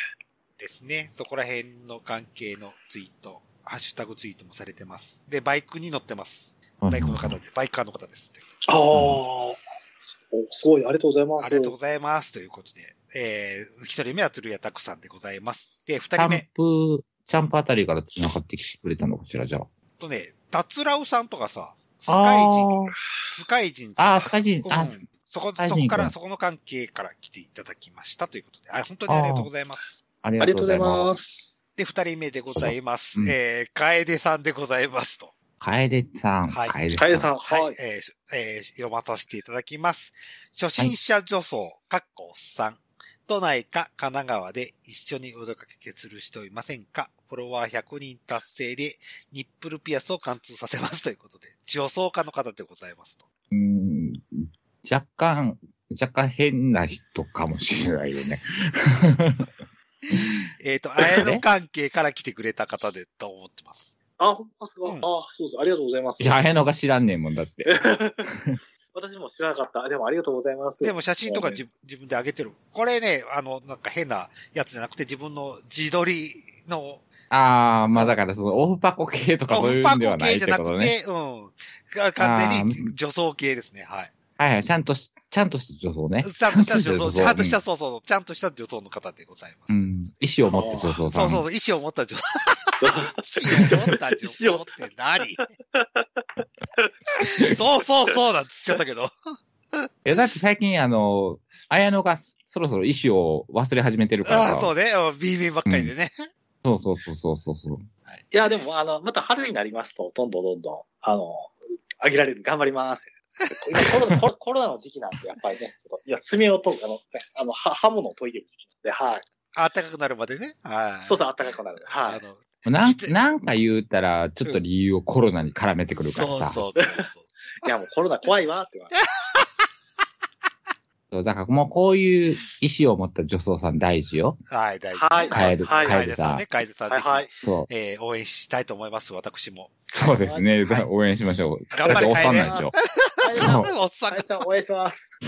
Speaker 1: ですね。そこら辺の関係のツイート、ハッシュタグツイートもされてます。で、バイクに乗ってます。バイクの方
Speaker 2: うん。
Speaker 1: で、バイカーの方です。
Speaker 3: ああ、そうすごい、ありがとうございます。
Speaker 1: ありがとうございます。ということで、えー、一人目は鶴谷拓さんでございます。で、二
Speaker 2: キャ
Speaker 1: 人
Speaker 2: ン
Speaker 1: 目
Speaker 2: プ、キャンプあたりから繋がってきてくれたのかしら、じゃあ。
Speaker 1: とね、達郎さんとかさ、スカイ
Speaker 2: あ
Speaker 1: 人、
Speaker 2: ー
Speaker 1: スカイ人さん。
Speaker 2: あー、スカイジン、あ
Speaker 1: う、んそこ、
Speaker 2: 大臣
Speaker 1: そこか
Speaker 2: く
Speaker 1: ら、
Speaker 2: ん
Speaker 1: そこの関係から来ていただきましたということで、あ本当にありがとうございます。
Speaker 2: あり
Speaker 3: あ
Speaker 2: が
Speaker 3: り
Speaker 2: と
Speaker 3: が
Speaker 2: う
Speaker 3: とう
Speaker 2: ご
Speaker 3: ござ
Speaker 2: ざ
Speaker 3: い
Speaker 2: います。
Speaker 3: ます。
Speaker 1: で、二人目でございます。
Speaker 2: うん
Speaker 1: えー、楓さんでございますと。
Speaker 2: 楓さん、
Speaker 1: はい
Speaker 2: 楓
Speaker 3: かえ
Speaker 2: ん。
Speaker 3: さん、はい。
Speaker 1: えーしえー読まさせていただきます。初心者女装、かっこおっさん。都内か神奈川で一緒にお出かけする人いませんかフォロワー100人達成でニップルピアスを貫通させますということで、女装家の方でございますと。
Speaker 2: うん若干、若干変な人かもしれないよね。
Speaker 1: えっ、と、あやの関係から来てくれた方でと思ってます。
Speaker 3: あ、ほんまっすか、
Speaker 1: うん
Speaker 3: あ、そうです。ありがとうございます。
Speaker 2: いや、あやのが知らんねんもんだって。
Speaker 3: 私も知らなかった。でもありがとうございます。
Speaker 1: でも写真とか自自分で上げてる。これね、あの、なんか変なやつじゃなくて自分の自撮りの
Speaker 2: ああ、まあだから、その、オフパコ系とか
Speaker 1: オ
Speaker 2: そうい
Speaker 1: フ
Speaker 2: う
Speaker 1: パ
Speaker 2: んでは
Speaker 1: コ
Speaker 2: ない
Speaker 1: 系じ
Speaker 2: っ
Speaker 1: ゃ
Speaker 2: て
Speaker 1: な
Speaker 2: こ
Speaker 1: く
Speaker 2: とね。
Speaker 1: て、うん。が完全に女装系ですね。はい。
Speaker 2: はいはい、ちゃんとし、ちゃんとした女装ね。
Speaker 1: ちゃんとした女
Speaker 2: そ
Speaker 1: 装、
Speaker 2: うそうそう
Speaker 1: ちゃんとした、そうそうそう、ちゃんとした女装の方でございます。
Speaker 2: うん。意思を持って女装さ
Speaker 1: そうそ
Speaker 2: ん。
Speaker 1: うそう、意思を持った女装。意思を持った女装って
Speaker 2: [LAUGHS]
Speaker 1: 何そうそうそうなんて言っちゃったけど。
Speaker 2: いや、だって最近、あの、あやのがそろそろ意思を忘れ始めてるから。
Speaker 1: ああ、そうね。うんビービンばっかりでね。
Speaker 2: そうそうそうそうそうそう。
Speaker 3: いや、でも、あの、また春になりますと、どんどんどんどん、あの、あげられる、頑張ります。今コロナコロコロナの時期なんで、やっぱりね、ちょっといや、爪を研ぐ、あの、ね、あの、は刃物を研いでる時期なんで、はい。
Speaker 1: 暖かくなるまでね。はい。
Speaker 3: そうそう、暖かくなる。は
Speaker 1: あ
Speaker 3: い。
Speaker 1: の、
Speaker 2: なん
Speaker 1: いつ
Speaker 2: なんか言うたら、ちょっと理由をコロナに絡めてくるからさ。
Speaker 1: そうそうそうそう。
Speaker 3: いや、もうコロナ怖いわ、って言われて。
Speaker 2: そうだからもうこういう意思を持った女装さん大事よ。
Speaker 1: はい、大丈夫。
Speaker 3: はい。
Speaker 2: 帰る
Speaker 3: は
Speaker 2: 帰
Speaker 3: い。は
Speaker 1: カ
Speaker 2: る
Speaker 1: エ
Speaker 3: い。
Speaker 1: デさんね、カエデさん
Speaker 3: は
Speaker 1: ね
Speaker 3: い。 [LAUGHS] はい。
Speaker 2: そう。
Speaker 1: えー応援したいと思います、私も。
Speaker 2: そうですね。
Speaker 3: はい
Speaker 2: 応援しましょう。
Speaker 1: 頑張れ
Speaker 2: だっておっさん
Speaker 1: 帰
Speaker 2: な
Speaker 1: れ
Speaker 2: んですよ。
Speaker 3: は
Speaker 2: そ
Speaker 3: い
Speaker 1: [LAUGHS]
Speaker 3: う
Speaker 1: おっさん
Speaker 3: はい、じゃあ、お願いします。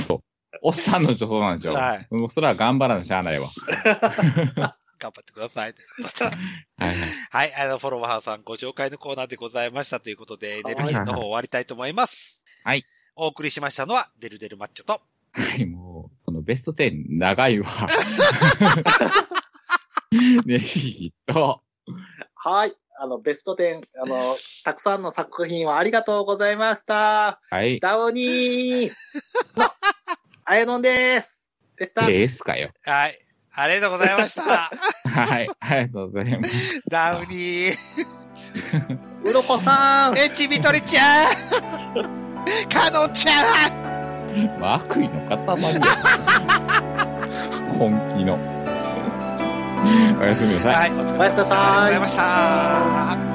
Speaker 2: おっさんの女装なんですよ。
Speaker 1: はい
Speaker 2: もうそれは頑張らなしゃあないわ。
Speaker 1: 頑張ってください。ということで
Speaker 2: はいはい。
Speaker 1: はい、あの、フォロワーさんご紹介のコーナーでございましたということで、
Speaker 3: は
Speaker 1: デ
Speaker 3: い
Speaker 1: ルヒンの方終わりたいと思います。
Speaker 2: はい。
Speaker 1: お送りしましたのは、デルデルマッチョと、
Speaker 2: はい、もう、このベスト10長いわ。ねひぎと、
Speaker 3: はい。あの、ベスト10、あの、たくさんの作品をありがとうございました。
Speaker 2: はい。
Speaker 3: ダウニ [LAUGHS] ーの、あやのんです。でした。
Speaker 2: ですかよ。
Speaker 1: はい、ありがとうございました。
Speaker 2: はい。ありがとうございます。
Speaker 1: ダウニー、
Speaker 3: うろこさん。
Speaker 1: エチビトリちゃん、カノンちゃん
Speaker 2: まあ、悪意の塊や。本気の。おやすみなさい。
Speaker 1: はい、お疲れ様でしたありがとうございました。